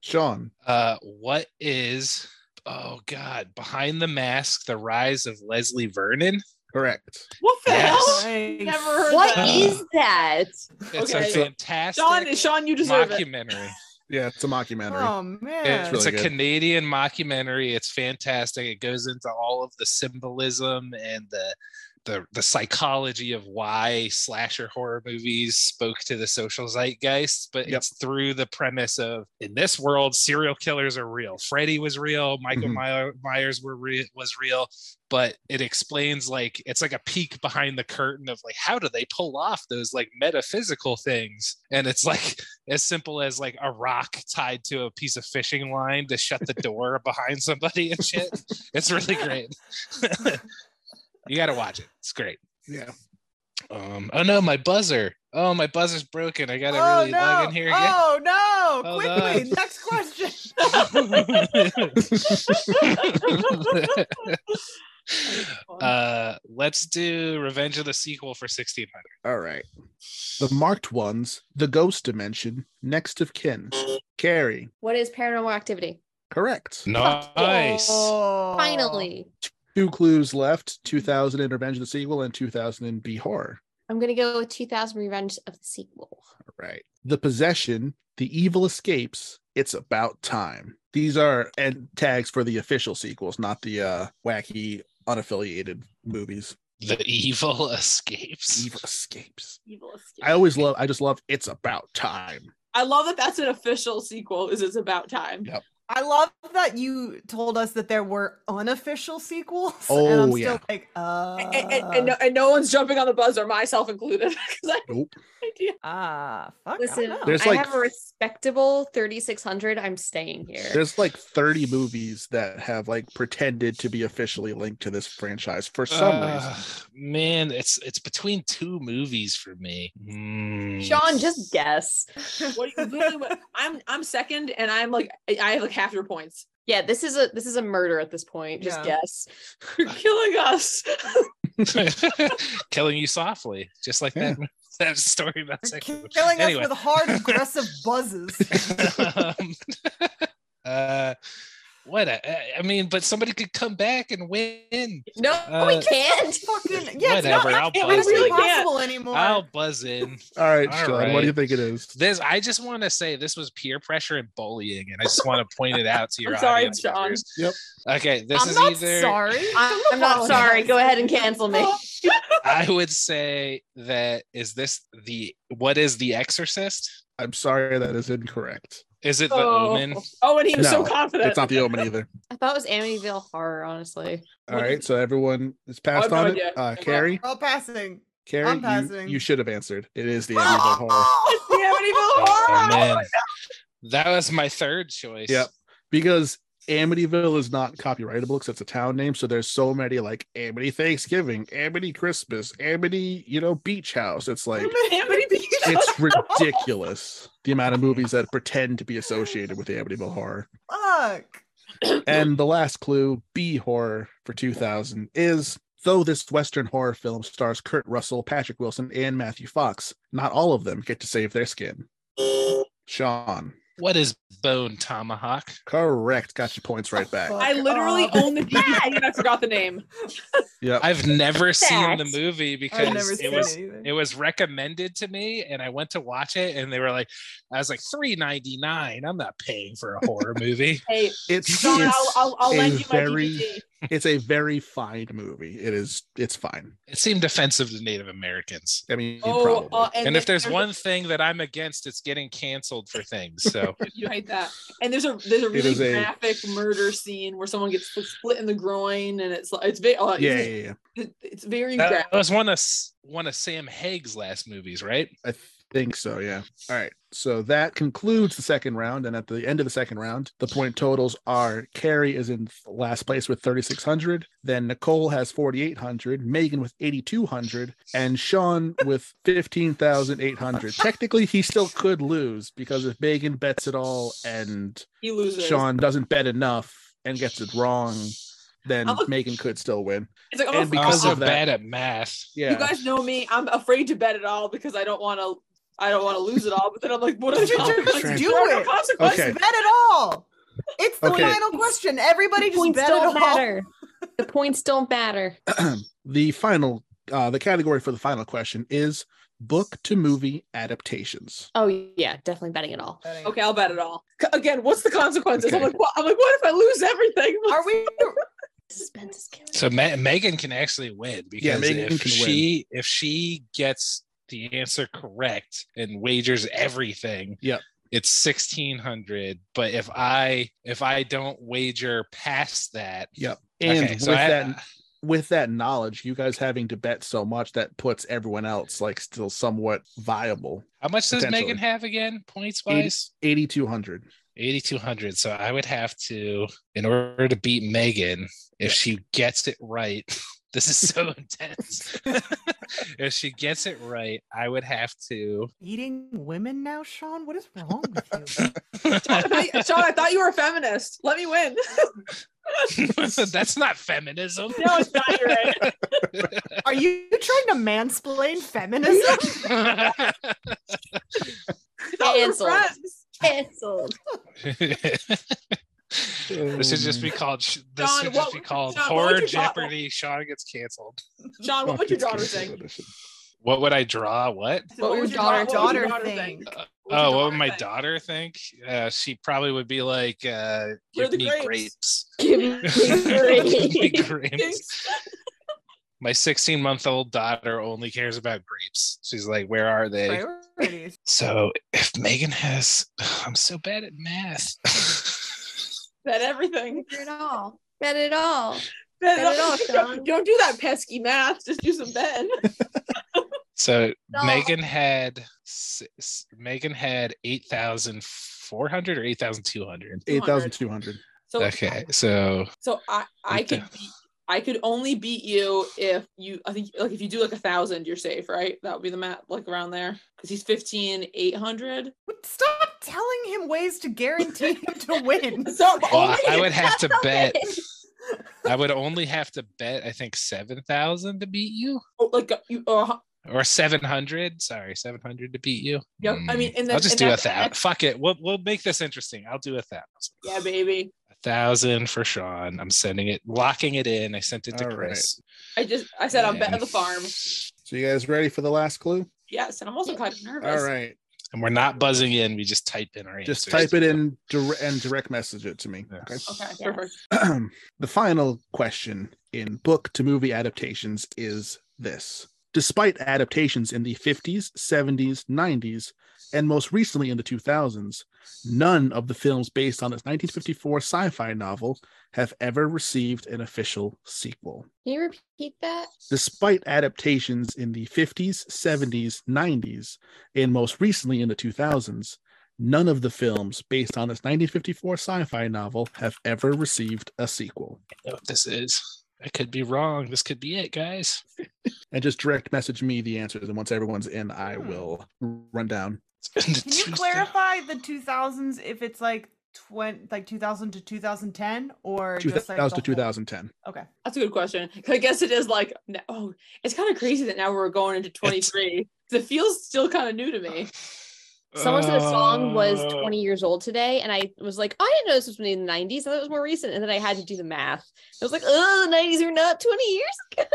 A: Sean,
D: Uh, what is oh god, behind the mask, the rise of Leslie Vernon?
A: correct.
B: What the
D: Yes.
B: hell?
E: Nice.
B: Never heard
C: What
B: that.
C: is that?
D: It's
B: Okay.
D: a fantastic
B: Sean, Sean, you deserve it.
D: mockumentary.
A: Yeah, it's a mockumentary.
E: Oh man.
D: It's,
A: really
D: a
A: good.
D: Canadian mockumentary. It's fantastic. It goes into all of the symbolism and the the, the psychology of why slasher horror movies spoke to the social zeitgeist, but
A: Yep.
D: it's through the premise of in this world, serial killers are real. Freddy was real, Michael
A: Mhm.
D: Myer- Myers were re- was real, but it explains like it's like a peek behind the curtain of like how do they pull off those like metaphysical things, and it's like as simple as like a rock tied to a piece of fishing line to shut the door behind somebody and shit. It's really great. you got to watch it. It's great.
A: Yeah.
D: Um, oh no, my buzzer. Oh, my buzzer's broken. I gotta
E: Oh
D: really
E: no!
D: log in here again.
E: oh no!
D: Hold
E: Quickly, next question. Oh.
D: uh, let's do Revenge of the Sequel for 1600.
A: All right. The marked ones, the ghost dimension, next of kin. Carrie,
C: What is paranormal activity?
A: correct.
D: Nice.
E: Oh.
C: Finally,
A: Two clues left 2000 in Revenge of the Sequel and 2000 in B Horror.
C: I'm gonna go with 2000 Revenge of the Sequel.
A: All right. The possession, the evil escapes, it's about time. These are and tags for the official sequels, not the uh, wacky unaffiliated movies.
D: The evil escapes.
A: Evil escapes.
D: Uh,
B: Evil escape.
A: I always love. I just love. It's about time.
B: I love that that's an official sequel. Is it's about time.
E: I love that you told us that there were unofficial sequels. and
A: Oh,
E: I'm still
A: yeah.
E: like, uh,
B: And, and, and, no, and no one's jumping on the buzzer, myself included, because I have no
A: Nope.
B: idea.
E: ah, fuck. I
C: Listen,
E: don't know.
A: There's
C: I
A: like-
C: have a respectable 3600. I'm staying here.
A: There's like 30 movies that have like pretended to be officially linked to this franchise for some
D: Uh,
A: reason.
D: Ugh, man, it's it's between two movies for me. Mm.
C: Sean, just guess.
B: What do you, literally, what, I'm I'm second, and I'm like I I have like half your points.
C: Yeah, this is a this is a murder at this point. Just
E: Yeah.
C: guess.
B: You're killing us.
D: killing you softly, just like that that story about
E: They're
D: sex.
E: killing us with hard, aggressive buzzes.
D: um, uh, What a, I- I mean, but somebody could come back and win.
C: No, we
B: oh,
E: Oh,
D: Uh,
C: can't.
E: Fucking yeah, it's not
D: Whatever, I'll
E: it's not
D: buzz
E: really
B: in.
E: possible anymore.
D: I'll buzz in.
A: All right,
D: All
A: Sean, what do you
D: right.
A: think it is?
D: This I just want to say this was peer pressure and bullying, and I just want to point it out to your
B: I'm sorry,
D: audience
B: John.
D: members.
A: Yep.
D: Okay, this
E: I'm
D: is
E: not
D: either
E: sorry.
C: I'm,
E: Don't
C: I'm not
E: apologize.
C: sorry. Go ahead and cancel me.
D: I would say that is this the what is the Exorcist?
A: I'm sorry that is incorrect.
D: Is it the
B: Oh.
D: Omen?
B: Oh, and he was
A: No,
B: so confident.
A: It's not the omen either.
C: I thought it was Amityville Horror, honestly.
A: All
B: What is
A: right, so everyone is passed
B: no
A: on
B: idea.
A: it. Uh,
B: Well,
A: Carrie,
E: All passing. I'm
A: Carrie, you,
E: passing.
A: you should have answered. It is the Amityville Horror.
B: the Amityville
D: Oh,
B: Horror.
D: man. That was my third choice.
A: Yep. because Amityville is not copyrightable because it's a town name. So there's so many like Amity Thanksgiving, Amity Christmas, Amity, you know, Beach House. It's like
B: Amityville.
A: it's ridiculous the amount of movies that pretend to be associated with Amityville horror.
E: Fuck.
A: And the last clue, B horror for 2000 is though this western horror film stars Kurt Russell, Patrick Wilson, and Matthew Fox, not all of them get to save their skin. Sean,
D: What is Bone Tomahawk?
A: correct. Got your points right back.
E: Fuck
B: I literally
E: off.
B: own the DVD and I forgot the name.
A: Yep.
D: I've never seen the
C: Facts.
D: movie
E: I've never
D: because
E: seen
D: it was
E: anything.
D: it was recommended to me and I went to watch it and they were like, I was like, three ninety nine. I'm not paying for a horror movie.
B: Hey,
A: It's,
B: John,
A: it's-
B: I'll, I'll, I'll
A: a
B: lend you my
A: very-
B: DVD.
A: it's a very fine movie. It is. It's fine.
D: It seemed offensive to Native Americans.
A: I mean,
B: Oh,
A: probably.
B: uh,
D: And,
B: then
D: if there's one thing that I'm against, it's getting canceled for things. So
B: you hate that. And there's a there's a really
A: is a-
B: graphic murder scene where someone gets split in the groin, and it's like it's very oh, it's,
A: yeah, yeah, yeah.
B: it's very
D: that
B: graphic.
D: was one of S- one of Sam Haig's last movies, right?
A: I think so. Yeah. All right. So that concludes the second round. And at the end of the second round, the point totals are Carrie is in last place with 3,600. Then Nicole has 4,800. Megan with 8,200. And Sean with 15,800. Technically, he still could lose because if Megan bets it all and
B: He loses.
A: Sean doesn't bet enough and gets it wrong, then
B: I'm a-
A: Megan could still win.
B: it's like I'm
A: and
B: afraid-
D: Because
A: Because
D: I'm so
A: of that-
D: bad at math.
A: Yeah.
B: You guys know me. I'm afraid to bet it all because I don't want to. I don't want to lose it all. But then I'm like, what are the
E: Just
B: consequences?
E: do
B: There are no
E: it.
B: consequences.
A: Okay.
E: Bet it all. It's the
A: Okay.
E: final question.
C: The
E: Everybody just
C: points
E: bet it all.
C: don't matter. The points don't matter.
A: the final uh the category for the final question is book to movie adaptations
C: Oh yeah, definitely betting it all.
B: Okay, I'll bet it all. C- Again, what's the consequences? I'm
A: Okay.
B: like, what? I'm like, what if I lose everything?
E: Are we?
C: Suspense is killing.
D: So Ma- Megan can actually win because
A: Megan
D: if
A: can win.
D: she if she gets the answer correct and wagers everything,
A: Yep.
D: it's sixteen hundred. But if I if I don't wager past that,
A: and
D: okay,
A: with
D: so I-
A: that with that knowledge you guys having to bet so much that puts everyone else like still somewhat viable
D: how much does
A: Potentially.
D: Megan have again, points wise?
A: 8200
D: 8200 so i would have to in order to beat megan if she gets it right this is so intense if she gets it right i would have to
E: Eating women now, Sean? What is wrong with you?
B: I, Sean, I thought you were a feminist. Let me win.
D: that's not feminism
B: no, it's not. You're right.
E: Are you trying to mansplain feminism?
B: I thought we were
C: Cancelled.
B: friends.
C: Canceled.
D: This should just be called. sh- This
B: John,
D: should just
B: what-
D: be called
B: John, what would
D: horror
B: you call-
D: Jeopardy. Sean gets canceled.
B: Sean, what would your daughter think?
D: What would I draw? What?
B: What
C: would
B: would
C: your
B: your
C: daughter-
B: what would your
E: daughter think?
B: What
D: Oh,
B: your
D: what would my
B: think?
D: daughter think? Uh, she probably would be like, uh,
B: You're
D: "Give
B: the
D: me
B: grapes."
D: grapes."
C: Give me
D: Give me
C: three.
D: grapes. My 16 month old daughter only cares about grapes. She's like, "Where are they?"
E: Priorities.
D: So if Megan has, I'm so bad at math.
B: Bet everything.
C: Bet it all. Bet it all.
B: Bet
C: Bet it all,
B: Don't-
C: Sean.
B: Don't do that pesky math. Just do some betting.
D: so
C: No.
D: Megan had six, Megan had 8,400 or 8,200.
A: 8200
B: So
D: Okay, so
B: So I I
D: What the-
B: could beat, I could only beat you if you I think like if you do like a thousand you're safe right that would be the map like around there because he's 15 800
E: Stop telling him ways to guarantee him to win.
B: so but
D: well,
B: only
D: Oh, I would have to bet.
C: it.
D: I would only have to bet. I think seven thousand to beat you,
B: oh, like you uh,
D: or seven hundred. Sorry, seven hundred to beat you. Mm,
B: Yep, I mean, and
D: I'll
B: then-
D: just
B: and
D: do a
B: that's-
D: thousand.
B: that's-
D: Fuck it. We'll we'll make this interesting. I'll do a thousand.
B: yeah baby
D: A thousand for Sean. I'm sending it, locking it in. I sent it to
A: All right.
D: Chris.
B: I just I said I'm bet
D: And-
B: of the farm.
A: So you guys ready for the last clue?
B: Yes, and I'm also kind of nervous.
A: All right.
D: And we're not buzzing in. We just type in our
A: Just
D: answers.
A: type it in dire- and direct message it to me. Okay.
D: Yes.
B: Okay,
C: Yes.
B: perfect.
A: the final question in book to movie adaptations is this. Despite adaptations in the 50s, 70s, 90s, and most recently in the 2000s, none of the films based on its 1954 sci fi novel have ever received an official sequel.
C: Can you repeat that?
A: Despite adaptations in the 50s, 70s, 90s, and most recently in the 2000s, none of the films based on its 1954 sci fi novel have ever received a sequel.
D: I know what this is. I could be wrong. This could be it, guys.
A: and just direct message me the answers. And once everyone's in, I
E: Hmm.
A: will run down.
D: It's been the
E: Can you
D: Tuesday.
E: clarify the 2000s if it's like 20 like 2000 to 2010 or just
A: 2000
E: like
A: to
E: the whole-
A: 2010.
E: Okay.
B: That's a good question. 'Cause I guess it is like no, oh, it's kind of crazy that now we're going into 23. 'Cause It feels still kind of new to me.
C: Someone said a song was
D: Uh,
C: 20 years old today, and I was like, I didn't know this was made in the 90s. I thought it was more recent, and then I had to do the math. I was like, oh, the 90s are not 20 years.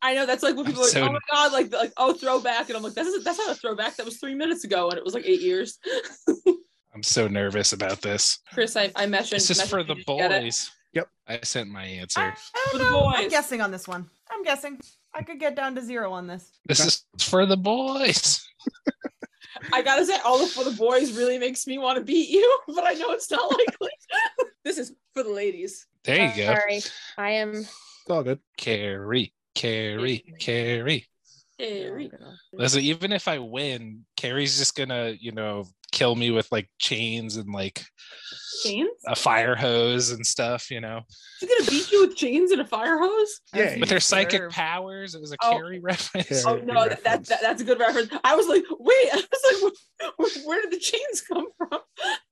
B: I know that's like when
D: I'm
B: people are like,
D: so-
B: oh my god, like like oh throwback, and I'm like that's that's not a throwback. That was three minutes ago, and it was like eight years.
D: I'm so nervous about this.
B: Chris, I I mentioned
D: This is
B: mentioned
D: for
B: you
D: the
B: didn't get it.
D: boys.
A: Yep.
D: I sent my answer.
E: I, I
B: For
E: don't
B: the
E: know. I'm
B: boys.
E: guessing on this one. I'm guessing. I could get down to zero on this.
D: this
A: Okay.
D: is for the boys.
B: I gotta say, all of for the boys really makes me want to beat you, but I know it's not likely. this is for the ladies.
D: There you go.
C: Sorry, I am.
A: It's all good.
D: Carrie, Carrie, Carrie.
B: Harry.
D: Listen, even if I win, Carrie's just gonna, you know, kill me with like chains and like
B: Chains?
D: a fire hose and stuff, you know.
B: She's gonna beat you with chains and a fire hose?
A: Yeah.
D: With her psychic
E: Nerve.
D: powers, it was a
B: Oh.
D: Carrie reference.
B: Oh
A: Very good
B: no, that, that,
A: reference.
B: that that's a good reference. I was like, wait, I was like, where, where did the chains come from?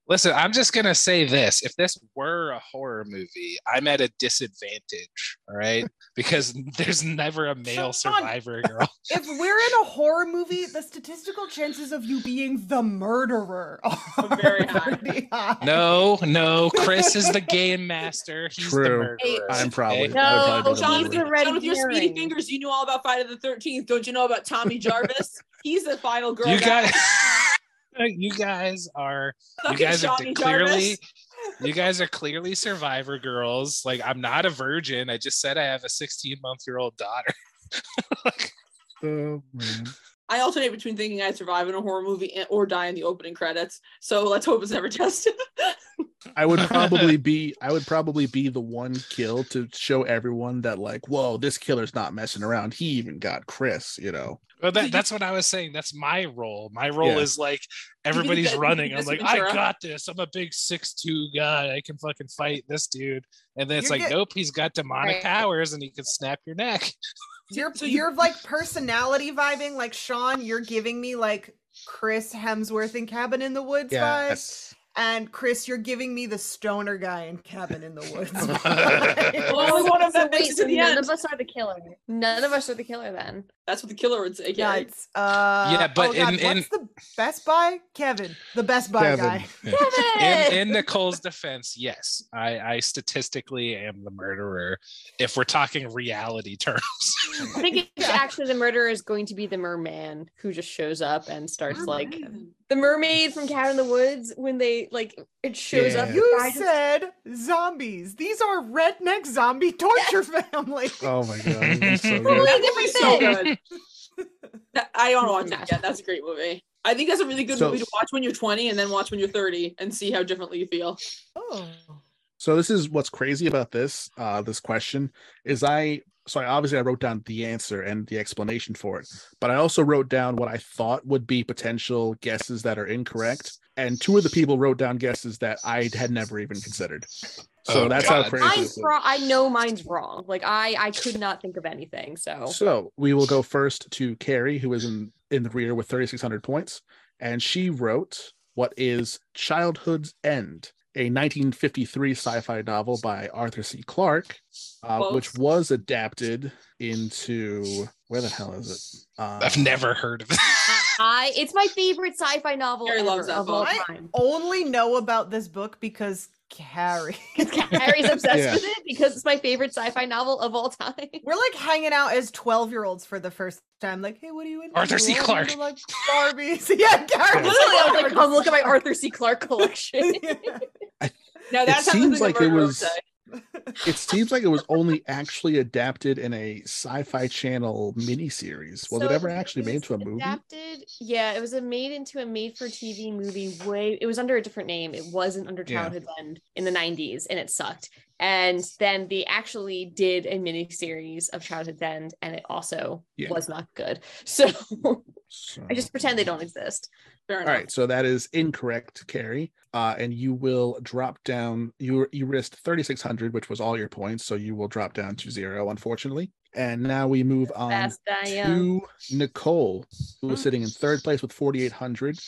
D: Listen, I'm just gonna say this: if this were a horror movie, I'm at a disadvantage, all right? Because there's never a male
E: Sean.
D: survivor girl.
E: If we're in a horror movie, the statistical chances of you being the murderer are
B: very high.
E: pretty high.
D: No, no, Chris is the game master. He's the
A: True.
D: murderer.
A: I'm probably.
D: Okay?
C: No,
A: I would probably be the
B: John,
C: he's
B: with
A: leader.
B: your,
C: the red
B: John, with your speedy
C: herring.
B: fingers, you know all about Friday the Thirteenth. Don't you know about Tommy Jarvis? He's the final girl.
D: You
B: that-
D: guys, you guys are you
B: fucking
D: guys are
B: Johnny
D: clearly
B: Jarvis.
D: you guys are clearly survivor girls like i'm not a virgin i just said i have a 16 month year old daughter
A: Oh, man.
B: I alternate between thinking I survive in a horror movie and, or die in the opening credits. So let's hope it's never tested.
A: I would probably be I would probably be the one kill to show everyone that like, whoa, this killer's not messing around. He even got Chris, you know.
D: well
B: Did
D: that,
B: you-
D: that's what i was saying that's my role my role
A: Yeah.
D: is like
B: can
D: everybody's
B: get- you
D: running
B: can
D: i'm
B: just
D: like
B: Ventura.
D: i got this i'm a big 6-2 guy i can fucking fight this dude and then it's
E: You're
D: like
E: get-
D: nope he's got demonic
C: Right.
D: powers and he can snap your neck
E: You're
B: So you-
E: you're like personality vibing like Sean, you're giving me like Chris Hemsworth in Cabin in the Woods vibes. And Chris, you're giving me the stoner guy in Cabin in the Woods. vibes.
B: Only one of them
C: So
B: makes
C: wait,
B: it to
C: so
B: the
C: none
B: end.
C: of us are the killer. None of us are the killer then.
B: That's what the killer would say. Yeah.
E: Nuts. Uh,
D: Yeah, but
E: oh God,
D: in- in-
E: what's the Best Buy? Kevin, the Best Buy
A: Kevin.
E: guy.
D: in,
C: Kevin!
D: in Nicole's defense, yes, I, I statistically am the murderer if we're talking reality terms.
C: I think it's
E: Yeah.
C: actually the murderer is going to be the merman who just shows up and starts like the mermaid from Cat in the Woods when they like it shows up.
A: Yeah.
E: You
C: I just-
E: said zombies. These are redneck zombie torture family.
A: Oh my god. that's so good.
C: Totally
B: That
C: different
B: movie's so
C: thing.
B: good. That- I don't want to watch it again. That's a great movie. I think that's a really good
A: So-
B: movie to watch when you're 20 and then watch when you're 30 and see how differently you feel.
E: Oh.
A: So this is what's crazy about this uh this question is I so I obviously I wrote down the answer and the explanation for it, but I also wrote down what I thought would be potential guesses that are incorrect. And two of the people wrote down guesses that I had never even considered. So
D: Oh,
A: that's how
D: God.
A: crazy
C: I'm
A: this is.
C: wrong. I know mine's wrong. Like I, I could not think of anything. So
A: So we will go first to Carrie, who is in in the rear with 3,600 points, and she wrote what is Childhood's End, a 1953 sci-fi novel by Arthur C. Clarke, uh,
B: Close.
A: which was adapted into where the hell is it? Uh,
D: I've never heard of it.
C: I, it's my favorite sci-fi novel
B: Harry
C: ever
B: loves that
C: of all
E: book.
C: time.
E: Only know about this book because Carrie.
C: Harry's obsessed
A: Yeah.
C: with it because it's my favorite sci-fi novel of all time.
E: We're like hanging out as 12 year olds for the first time. Like, hey, what are you into?
D: Arthur C.
E: What are you
D: Clarke.
E: into, Like Barbies. yeah, Carrie.
C: Literally, I was like, come look at my Arthur C. Clarke collection.
B: Now
A: It
B: that's how
A: seems
B: something
A: like
B: like
A: it was- It seems like it was only actually adapted in a Sci-Fi Channel miniseries. Was it
C: So
A: ever actually made
C: was
A: into a movie?
C: Adapted, yeah, it was a made into a made-for-TV movie. Way it was under a different name. It wasn't under
A: Yeah.
C: Childhood Bend in the '90s, and it sucked. And then they actually did a mini series of Childhood Bend, and it also
A: Yeah.
C: was not good. So
A: So-
C: I just pretend they don't exist.
B: Fair
A: All right, so that is incorrect, Carrie. Uh, and you will drop down. You you risked thirty six hundred, which was all your points, so you will drop down to zero, unfortunately. And now we move on
C: Fast I am.
A: to Nicole, who was
E: Mm.
A: sitting in third place with forty eight hundred.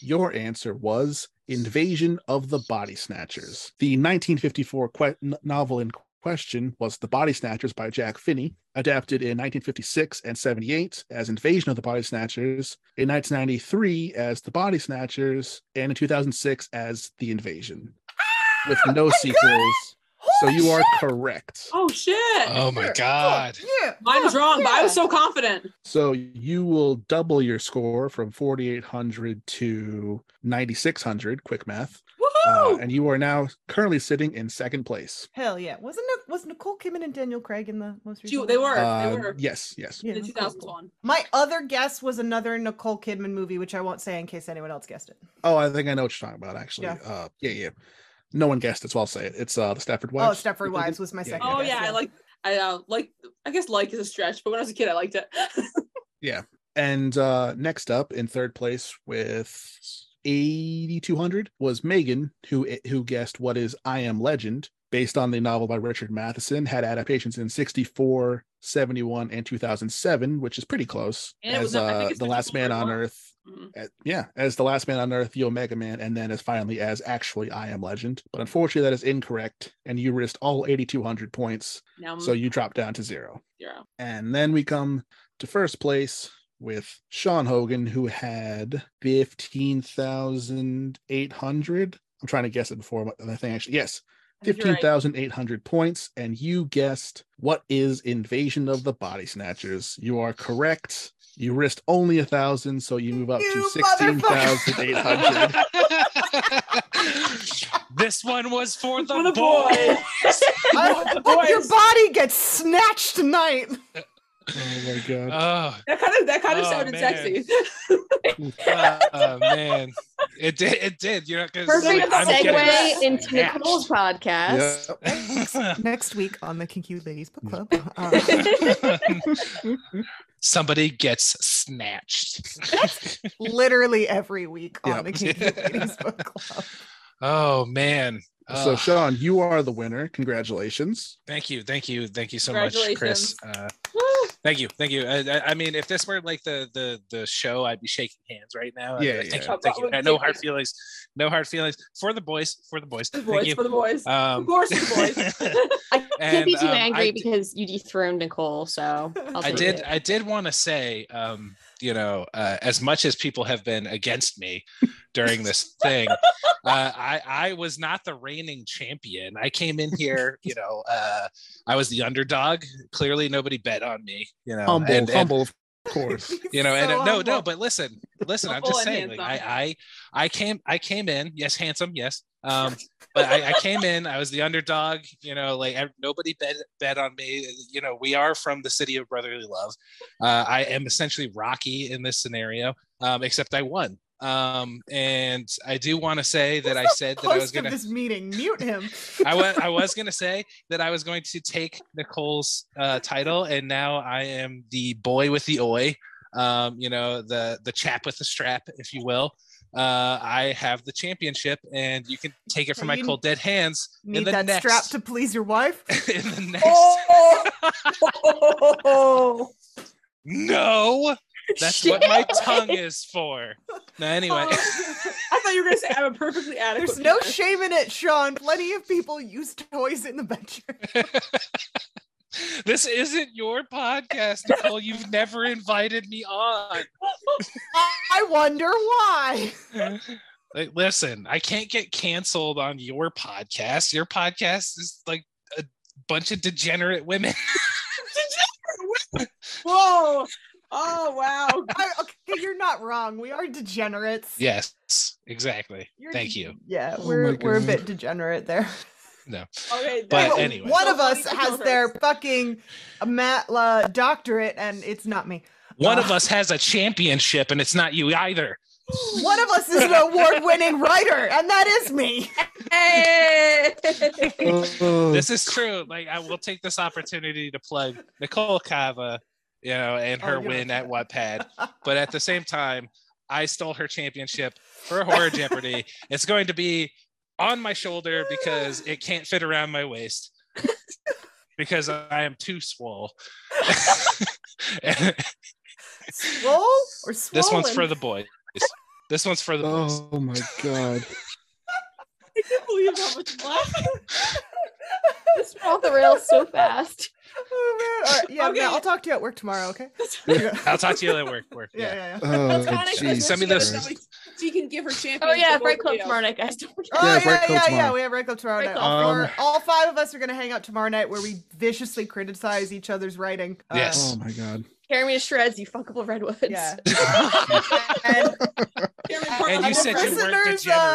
A: Your answer was "Invasion of the Body Snatchers." The nineteen fifty four que- n- novel in question was "The Body Snatchers" by Jack Finney, adapted in 1956 and 78 as Invasion of the Body Snatchers, in 1993 as The Body Snatchers, and in 2006 as The Invasion, with
C: Oh
E: Oh
A: no sequels. So you are correct.
B: Oh shit.
A: Uh,
D: Oh my god.
E: Yeah.
B: Mine was wrong, but I was
E: yeah.
B: so confident.
A: So you will double your score from 4,800 to 9,600, quick math. Uh,
B: Woohoo!
A: and you are now currently sitting in second place.
E: Hell yeah. Wasn't it, was Nicole Kidman and Daniel Craig in the most
B: She-
E: recent?
B: they
E: one?
B: were.
A: Uh,
B: they were.
A: yes, yes.
E: Yeah,
B: in
E: Nicole Kidman.
B: 2001.
E: My other guess was another Nicole Kidman movie, which I won't say in case anyone else guessed it.
A: Oh, I think I know what you're talking about, actually.
E: Yeah.
A: Uh, yeah, yeah. No one guessed it, so I'll say it. It's uh, the Stafford
E: Oh,
A: Wives.
E: Stepford Wives was my
A: Yeah,
E: second.
B: Oh
E: guess,
B: yeah, I like I uh, like I guess like is a stretch, but when I was a kid I liked it.
A: And uh, next up in third place with 8,200 was Megan, who eh, who guessed what is I Am Legend, based on the novel by Richard Matheson, had adaptations in 64, 71, and 2007, which is pretty close.
B: And it
A: as
B: was not- I think
A: uh,
B: it's
A: The Last Man
B: 54
A: on
B: as well.
A: Earth.
B: Mhm.
A: uh, yeah, as The Last Man on Earth, Yo Mega Man, and then as finally as actually I Am Legend. But unfortunately, that is incorrect. And you risked all 8,200 points.
B: Now I'm
A: So you dropped down to zero.
B: zero.
A: And then we come to first place with Sean Hogan, who had 15,800. I'm trying to guess it before the thing actually. Yes,
B: I think you're right.
A: 15,800 points. And you guessed what is Invasion of the Body Snatchers. You are correct. You risked only a thousand, so you move up to
E: You
A: 16,800.
D: this one was for the,
B: For the
D: boy.
B: boy.
E: I hope your
B: Boys.
E: body gets snatched tonight.
A: oh my God.
D: Oh,
B: That kind of that kind of
D: Oh,
B: sounded
D: man.
B: sexy.
D: oh, man. It did. It did. You're not going to say
C: Perfect
B: Perfect I'm
C: segue
B: getting
C: into
D: snatched.
C: Nicole's podcast.
A: Yep.
E: Next week on the Kinky Ladies Book Club. uh,
D: Somebody gets snatched.
E: literally every week
A: Yep.
E: on the Kinky Ladies Book Club.
D: oh man.
A: So,
D: Oh,
A: Sean, you are the winner. Congratulations.
D: thank you, thank you, thank you so much, Chris.
B: Congratulations.
D: Uh,
B: Woo.
D: thank you, thank you. I, I- I mean, if this were like the the the show, I'd be shaking hands right now.
A: Yeah,
D: I, thank
A: yeah.
D: you, thank you. No hard feelings, no hard feelings for the boys, for the boys.
B: For the
D: thank
B: boys,
D: you.
B: for the boys.
D: Um,
B: of course the boys.
C: I can't be
D: And,
C: too
D: um,
C: angry
D: I-
C: because you dethroned Nicole. So I'll
D: I
C: take
D: did.
C: it.
D: I did want to say, um, you know, uh, as much as people have been against me during this thing, uh, I I was not the reigning champion. I came in here, you know, uh, I was the underdog. Clearly, nobody bet on me. You know,
A: Humble,
D: and- and-
A: humble, of course.
D: you know, and
E: So
D: uh, no, no,
E: humble.
D: but listen, listen, I'm
B: Humble
D: just
B: and
D: saying, like,
B: handsome.
D: I, I, I came, I came in, yes, handsome, yes, um, but I, I came in, I was the underdog, you know, like ev- nobody bet bet on me, you know, we are from the city of brotherly love, uh, I am essentially Rocky in this scenario, um, except I won, um, and I do want to say that I said that I
E: Host
D: was gonna,
E: of this meeting, mute him.
D: I was, I was gonna say that I was going to take Nicole's uh, title, and now I am the boy with the oi. Um, you know, the the chap with the strap, if you will. Uh, I have the championship, and you can take it from
E: So
D: my
E: you
D: cold dead hands in
E: Need
D: the
E: that
D: next.
E: strap to please your wife.
D: in the next.
B: oh,
A: Oh.
D: No, that's what my tongue is for. No, anyway.
B: Oh. I thought you were gonna say I'm a perfectly adequate.
E: There's no
B: penis.
E: shame in it, Sean. Plenty of people use toys in the bedroom.
D: This isn't your podcast, Nicole. You've never invited me on.
E: I wonder why.
D: Like, listen, I can't get canceled on your podcast. Your podcast is like a bunch of degenerate women.
B: Whoa! Oh wow!
E: I, okay, you're not wrong. We are degenerates.
D: yes, exactly.
E: You're
D: Thank
E: de-
D: you.
E: Yeah,
A: Oh
E: we're
A: my
E: we're a
A: God.
E: bit degenerate there.
D: No.
B: Okay, that
D: But
E: Well,
B: was-
D: anyway.
E: one of
B: so
E: us
B: funny
E: has
B: degenerates.
E: their fucking mat la doctorate, and it's not me.
D: One of us has a championship and it's not you either.
E: One of us is an award-winning writer, and that is me.
C: Hey!
A: Oh,
D: This is true. Like I will take this opportunity to plug Nicole Kava, you know, and
E: Oh,
D: her
E: you don't
D: win
E: do
D: at Wattpad. But at the same time, I stole her championship for Horror Jeopardy. It's going to be on my shoulder because it can't fit around my waist because I am too swole.
E: Swole or swollen?
D: this one's for the boys. This one's for the boys.
A: oh my god.
B: I can't believe how much laughing.
C: this went off the rails so fast.
E: Oh, man. All right, yeah,
B: Okay.
E: yeah, I'll talk to you at work tomorrow. Okay.
B: That's-
E: yeah,
D: I'll talk to you later. Work, work.
E: yeah,
D: Yeah.
E: yeah.
A: Oh,
B: That's kind of
A: jeez.
D: Send me
A: Christ.
D: those.
B: She can give her champion.
C: Oh yeah, Fright Club tomorrow night, guys. Don't forget.
E: Oh yeah,
A: Yeah,
E: yeah,
A: break club
E: yeah,
A: tomorrow.
E: We have break club tomorrow
C: Break
E: night.
C: club.
E: All,
A: Um,
E: four, all five of us are gonna hang out tomorrow night where we viciously criticize each other's writing. Uh,
A: Oh
D: Yes.
A: my god.
C: Tear me to shreds, you fuckable redwoods.
E: Yeah. And
D: And you
E: And
D: said you
E: listeners,
D: weren't
E: uh,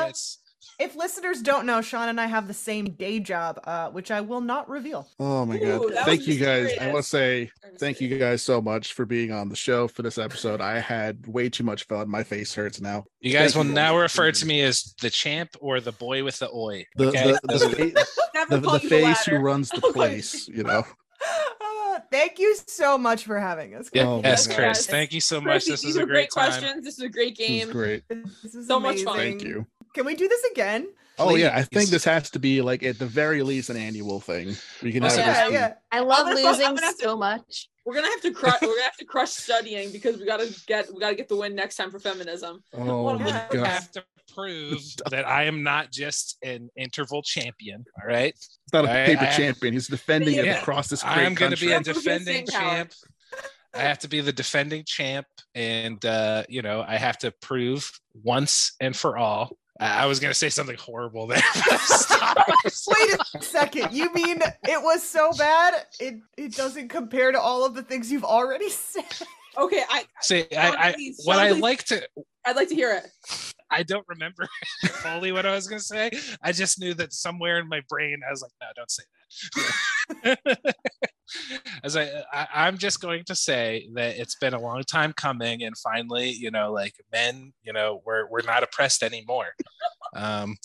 D: degenerates.
E: if listeners don't know, Sean and I have the same day job, uh, which I will not reveal.
A: Oh my god.
B: Ooh, that
A: Thank
B: was
A: you guys. I want to
B: mysterious.
A: say thank you guys so much for being on the show for this episode. I had way too much fun. My face hurts now.
D: You guys will
A: Thank you.
D: now refer to me as the champ or the boy with the oi.
A: The
D: Okay?
A: the, the,
B: Never
A: the,
B: call
A: the
B: you
A: face who
B: latter.
A: runs the
B: Oh my
A: place, you know.
E: Uh, thank you so much for having us.
A: Yeah. Oh my
D: yes,
A: God.
D: Chris. Thank you so much.
B: Chrissy,
D: This
B: these
D: is
B: were
D: a great time.
B: questions. This is a great
A: This is
B: game.
A: great.
E: This is
B: So much fun.
E: amazing.
A: Thank you.
E: Can we do this again?
A: Oh yeah, I think
D: Please.
A: this has to be like at the very least an annual thing. We can have
D: Also,
A: this
E: yeah,
A: be-
E: yeah.
C: I love
B: I'm gonna- I'm
C: losing
B: gonna have to-
C: so much.
B: We're gonna have to crush. we're gonna have to crush studying because we gotta get we gotta get the win next time for feminism.
A: Oh my
E: Yeah.
D: I
A: god.
D: have to prove that I am not just an interval champion. All right.
A: It's not a
D: I-
A: paper
D: I-
A: champion. He's defending it
D: Yeah.
A: across this great
D: I am going to be
A: country.
D: a
B: I'm gonna be a staying
D: defending
B: power.
D: champ. I have to be the defending champ. And, uh, you know, I have to prove once and for all. I I was going to say something horrible there. but stop.
E: Wait a second. You mean it was so bad? It it doesn't compare to all of the things you've already said.
B: Okay, I
D: See, I, I,
B: Please,
D: what I
B: please.
D: like to,
B: I'd like to hear it.
D: I don't remember fully what I was going to say. I just knew that somewhere in my brain, I was like, no, don't say that. As I, I, I'm just going to say that it's been a long time coming, and finally, you know, like men, you know, we're we're not oppressed anymore. Um,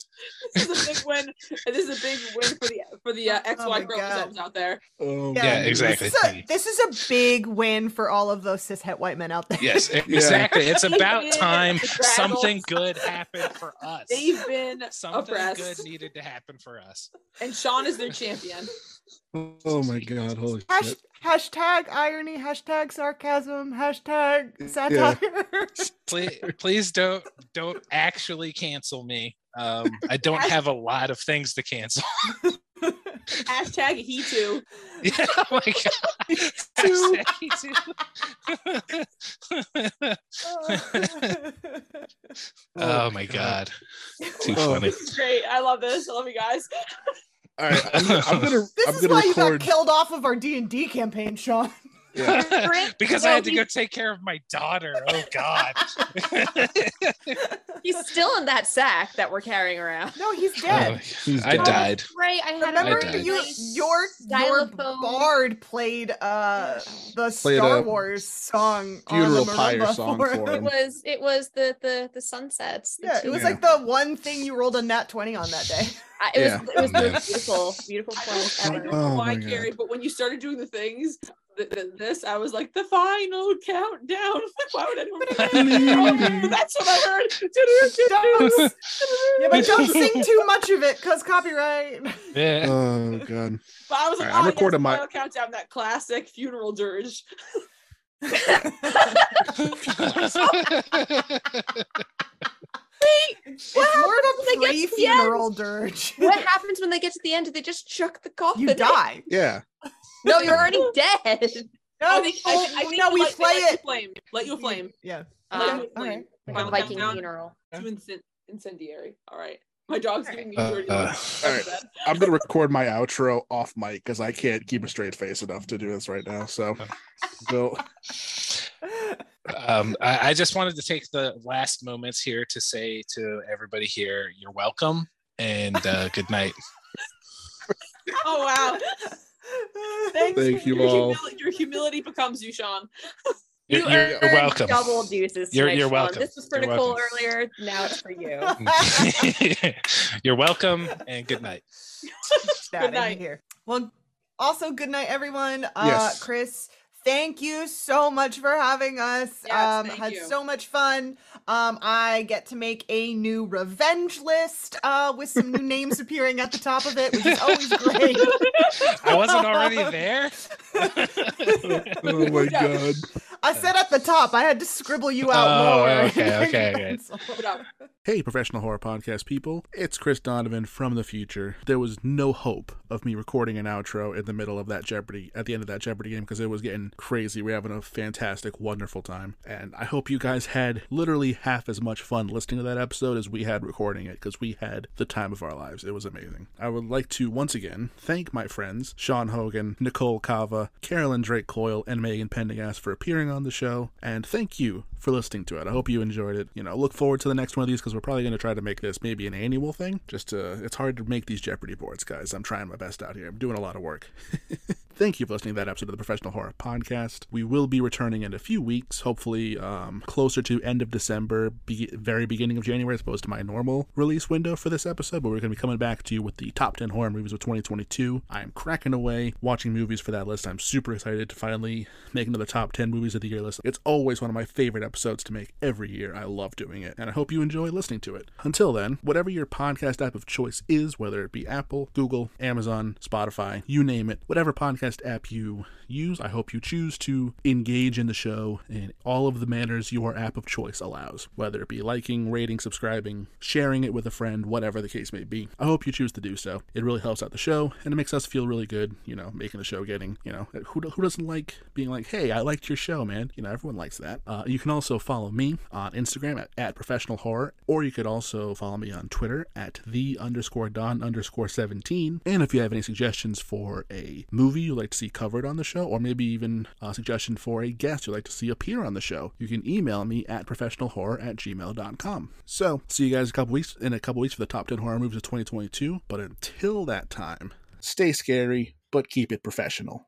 B: This is a big win. This is a big win for the for the uh,
E: Oh my
B: XY
E: God.
B: chromosomes out there.
A: Oh,
E: Yeah,
A: my
D: yeah, exactly.
E: This is a, this is a big win for all of those cis het white men out there.
D: yes, e-, exactly. It's about time
B: Draggles.
D: something good happened for us.
B: They've been
D: Something
B: oppressed.
D: good needed to happen for us.
B: and Sean is their champion.
A: goodness. Oh my god. Holy
E: Hash,
A: shit.
E: hashtag irony, hashtag sarcasm, hashtag satire.
D: please, please don't don't actually cancel me. Um, I don't have a lot of things to cancel.
B: Hashtag he too.
D: yeah, oh my god.
E: Two.
D: Hashtag oh my god. Too
E: oh
A: Oh.
D: funny.
B: This is great. I love this. I love you guys.
A: All right. I'm gonna I'm gonna,
E: This
A: I'm
E: is
A: gonna
E: why you
A: record
E: got killed off of our D and D campaign, Sean.
D: because I had to
C: Well,
D: go take care of my daughter. Oh god.
C: He's still in that sack that we're carrying around.
E: No, he's
D: Oh,
E: dead.
A: He's
D: I
A: dead.
D: died.
C: Right, I had
E: Remember
D: I
C: a
D: died.
E: you,
C: nice
E: your your
C: xylophone.
E: bard played uh the
A: Played
E: Star
A: a
E: Wars song
A: funeral
E: on the
A: pyre
E: marimba
A: song
E: for
A: for
E: him.
A: him.
C: It was it was the the the sunsets. the
E: Yeah, it was
C: two-
E: like the one thing you rolled a nat twenty on that day.
C: I- it was
A: yeah.
C: it was
D: Yeah.
C: the beautiful beautiful
B: I
C: place
B: don't, I don't
C: ever.
A: Oh
B: know
A: my
B: why,
A: God.
B: Carrie, but when you started doing the things, th- th- this, I was like, the final countdown. why would anyone do that? Oh, That's what I heard.
E: Don't- yeah, but don't sing too much of it, cause copyright.
D: Yeah.
A: Oh god.
B: but I was like,
A: Alright,
B: oh,
A: I'm
B: yes,
A: recording my-
B: final countdown, that classic funeral dirge.
D: Oh
E: It's more of a
C: when they get to the end?
E: pre-funeral dirge.
C: What happens when they get to the end? Do they just chuck the coffin?
E: You die.
A: Yeah.
C: No, you're already dead.
E: No,
B: I think, I think, I
E: oh,
B: think
E: no, we
B: let,
E: play
B: let
E: it.
B: You flame. Let you flame.
E: Yeah.
B: Let
C: Um,
B: you flame.
C: like a
E: alright.
B: Final
D: Uh,
C: Viking
B: countdown
C: funeral.
B: to incen- incendiary. All right. My dog's giving me
D: Uh,
B: dirty
D: uh,
B: looks.
A: all right. I'm gonna record my outro off mic because I can't keep a straight face enough to do this right now. So, so
D: um, I, I just wanted to take the last moments here to say to everybody here, you're welcome and uh, good night.
B: Oh wow. Thanks.
A: Thank you
B: your
A: all.
B: Humili- your humility becomes you, Sean.
D: You're,
C: You
D: you're, you're
C: earned
D: welcome.
C: Double deuces.
D: You're-
C: tonight,
D: you're
C: Sean.
D: welcome.
C: This was for
D: You're
C: Nicole
D: welcome.
C: earlier. Now it's for you.
D: you're welcome and good night.
E: Good
B: night.
E: night. Here. Well, also good night, everyone. Uh,
A: Yes.
E: Chris, thank you so much for having us.
B: Yes,
E: um,
B: thank
E: had
B: you.
E: so much fun. Um, I get to make a new revenge list uh, with some new names appearing at the top of it, which is always great.
D: I wasn't already there.
A: oh my god,
E: I said at the top, I had to scribble you out
D: Oh,
E: lower.
D: okay,
E: in my
D: okay, okay.
E: pencil.
B: Put up.
A: Hey, professional horror podcast people. It's Chris Donovan from the future. There was no hope of me recording an outro in the middle of that Jeopardy, at the end of that Jeopardy game, because it was getting crazy. We're having a fantastic, wonderful time. And I hope you guys had literally half as much fun listening to that episode as we had recording it, because we had the time of our lives. It was amazing. I would like to once again thank my friends, Sean Hogan, Nicole Kava, Carolyn Drake Coyle, and Megan Pendergast for appearing on the show. And thank you for listening to it. I hope you enjoyed it. You know, look forward to the next one of these because we're probably going to try to make this maybe an annual thing. Just to, it's hard to make these Jeopardy boards, guys. I'm trying my best out here. I'm doing a lot of work. Thank you for listening to that episode of the Professional Horror Podcast. We will be returning in a few weeks, hopefully um, closer to end of December, be- very beginning of January, as opposed to my normal release window for this episode. But we're going to be coming back to you with the top 10 horror movies of 2022. I'm cracking away watching movies for that list. I'm super excited to finally make another top 10 movies of the year list. It's always one of my favorite episodes to make every year. I love doing it, and I hope you enjoy listening to it. Until then, whatever your podcast app of choice is, whether it be Apple, Google, Amazon, Spotify, you name it, whatever podcast app you use, I hope you choose to engage in the show in all of the manners your app of choice allows, whether it be liking, rating, subscribing, sharing it with a friend, whatever the case may be. I hope you choose to do so. It really helps out the show, and it makes us feel really good, you know, making the show getting, you know, who, who doesn't like being like, hey, I liked your show, man. You know, everyone likes that. Uh, you can also follow me on Instagram at, at professional horror, or you could also follow me on Twitter at the underscore don underscore 17. And if you have any suggestions for a movie you'd like to see covered on the show, or maybe even a suggestion for a guest you'd like to see appear on the show, you can email me at professionalhorror at gmail.com. So, see you guys a couple weeks in a couple weeks for the top 10 horror movies of 2022. But until that time, stay scary, but keep it professional.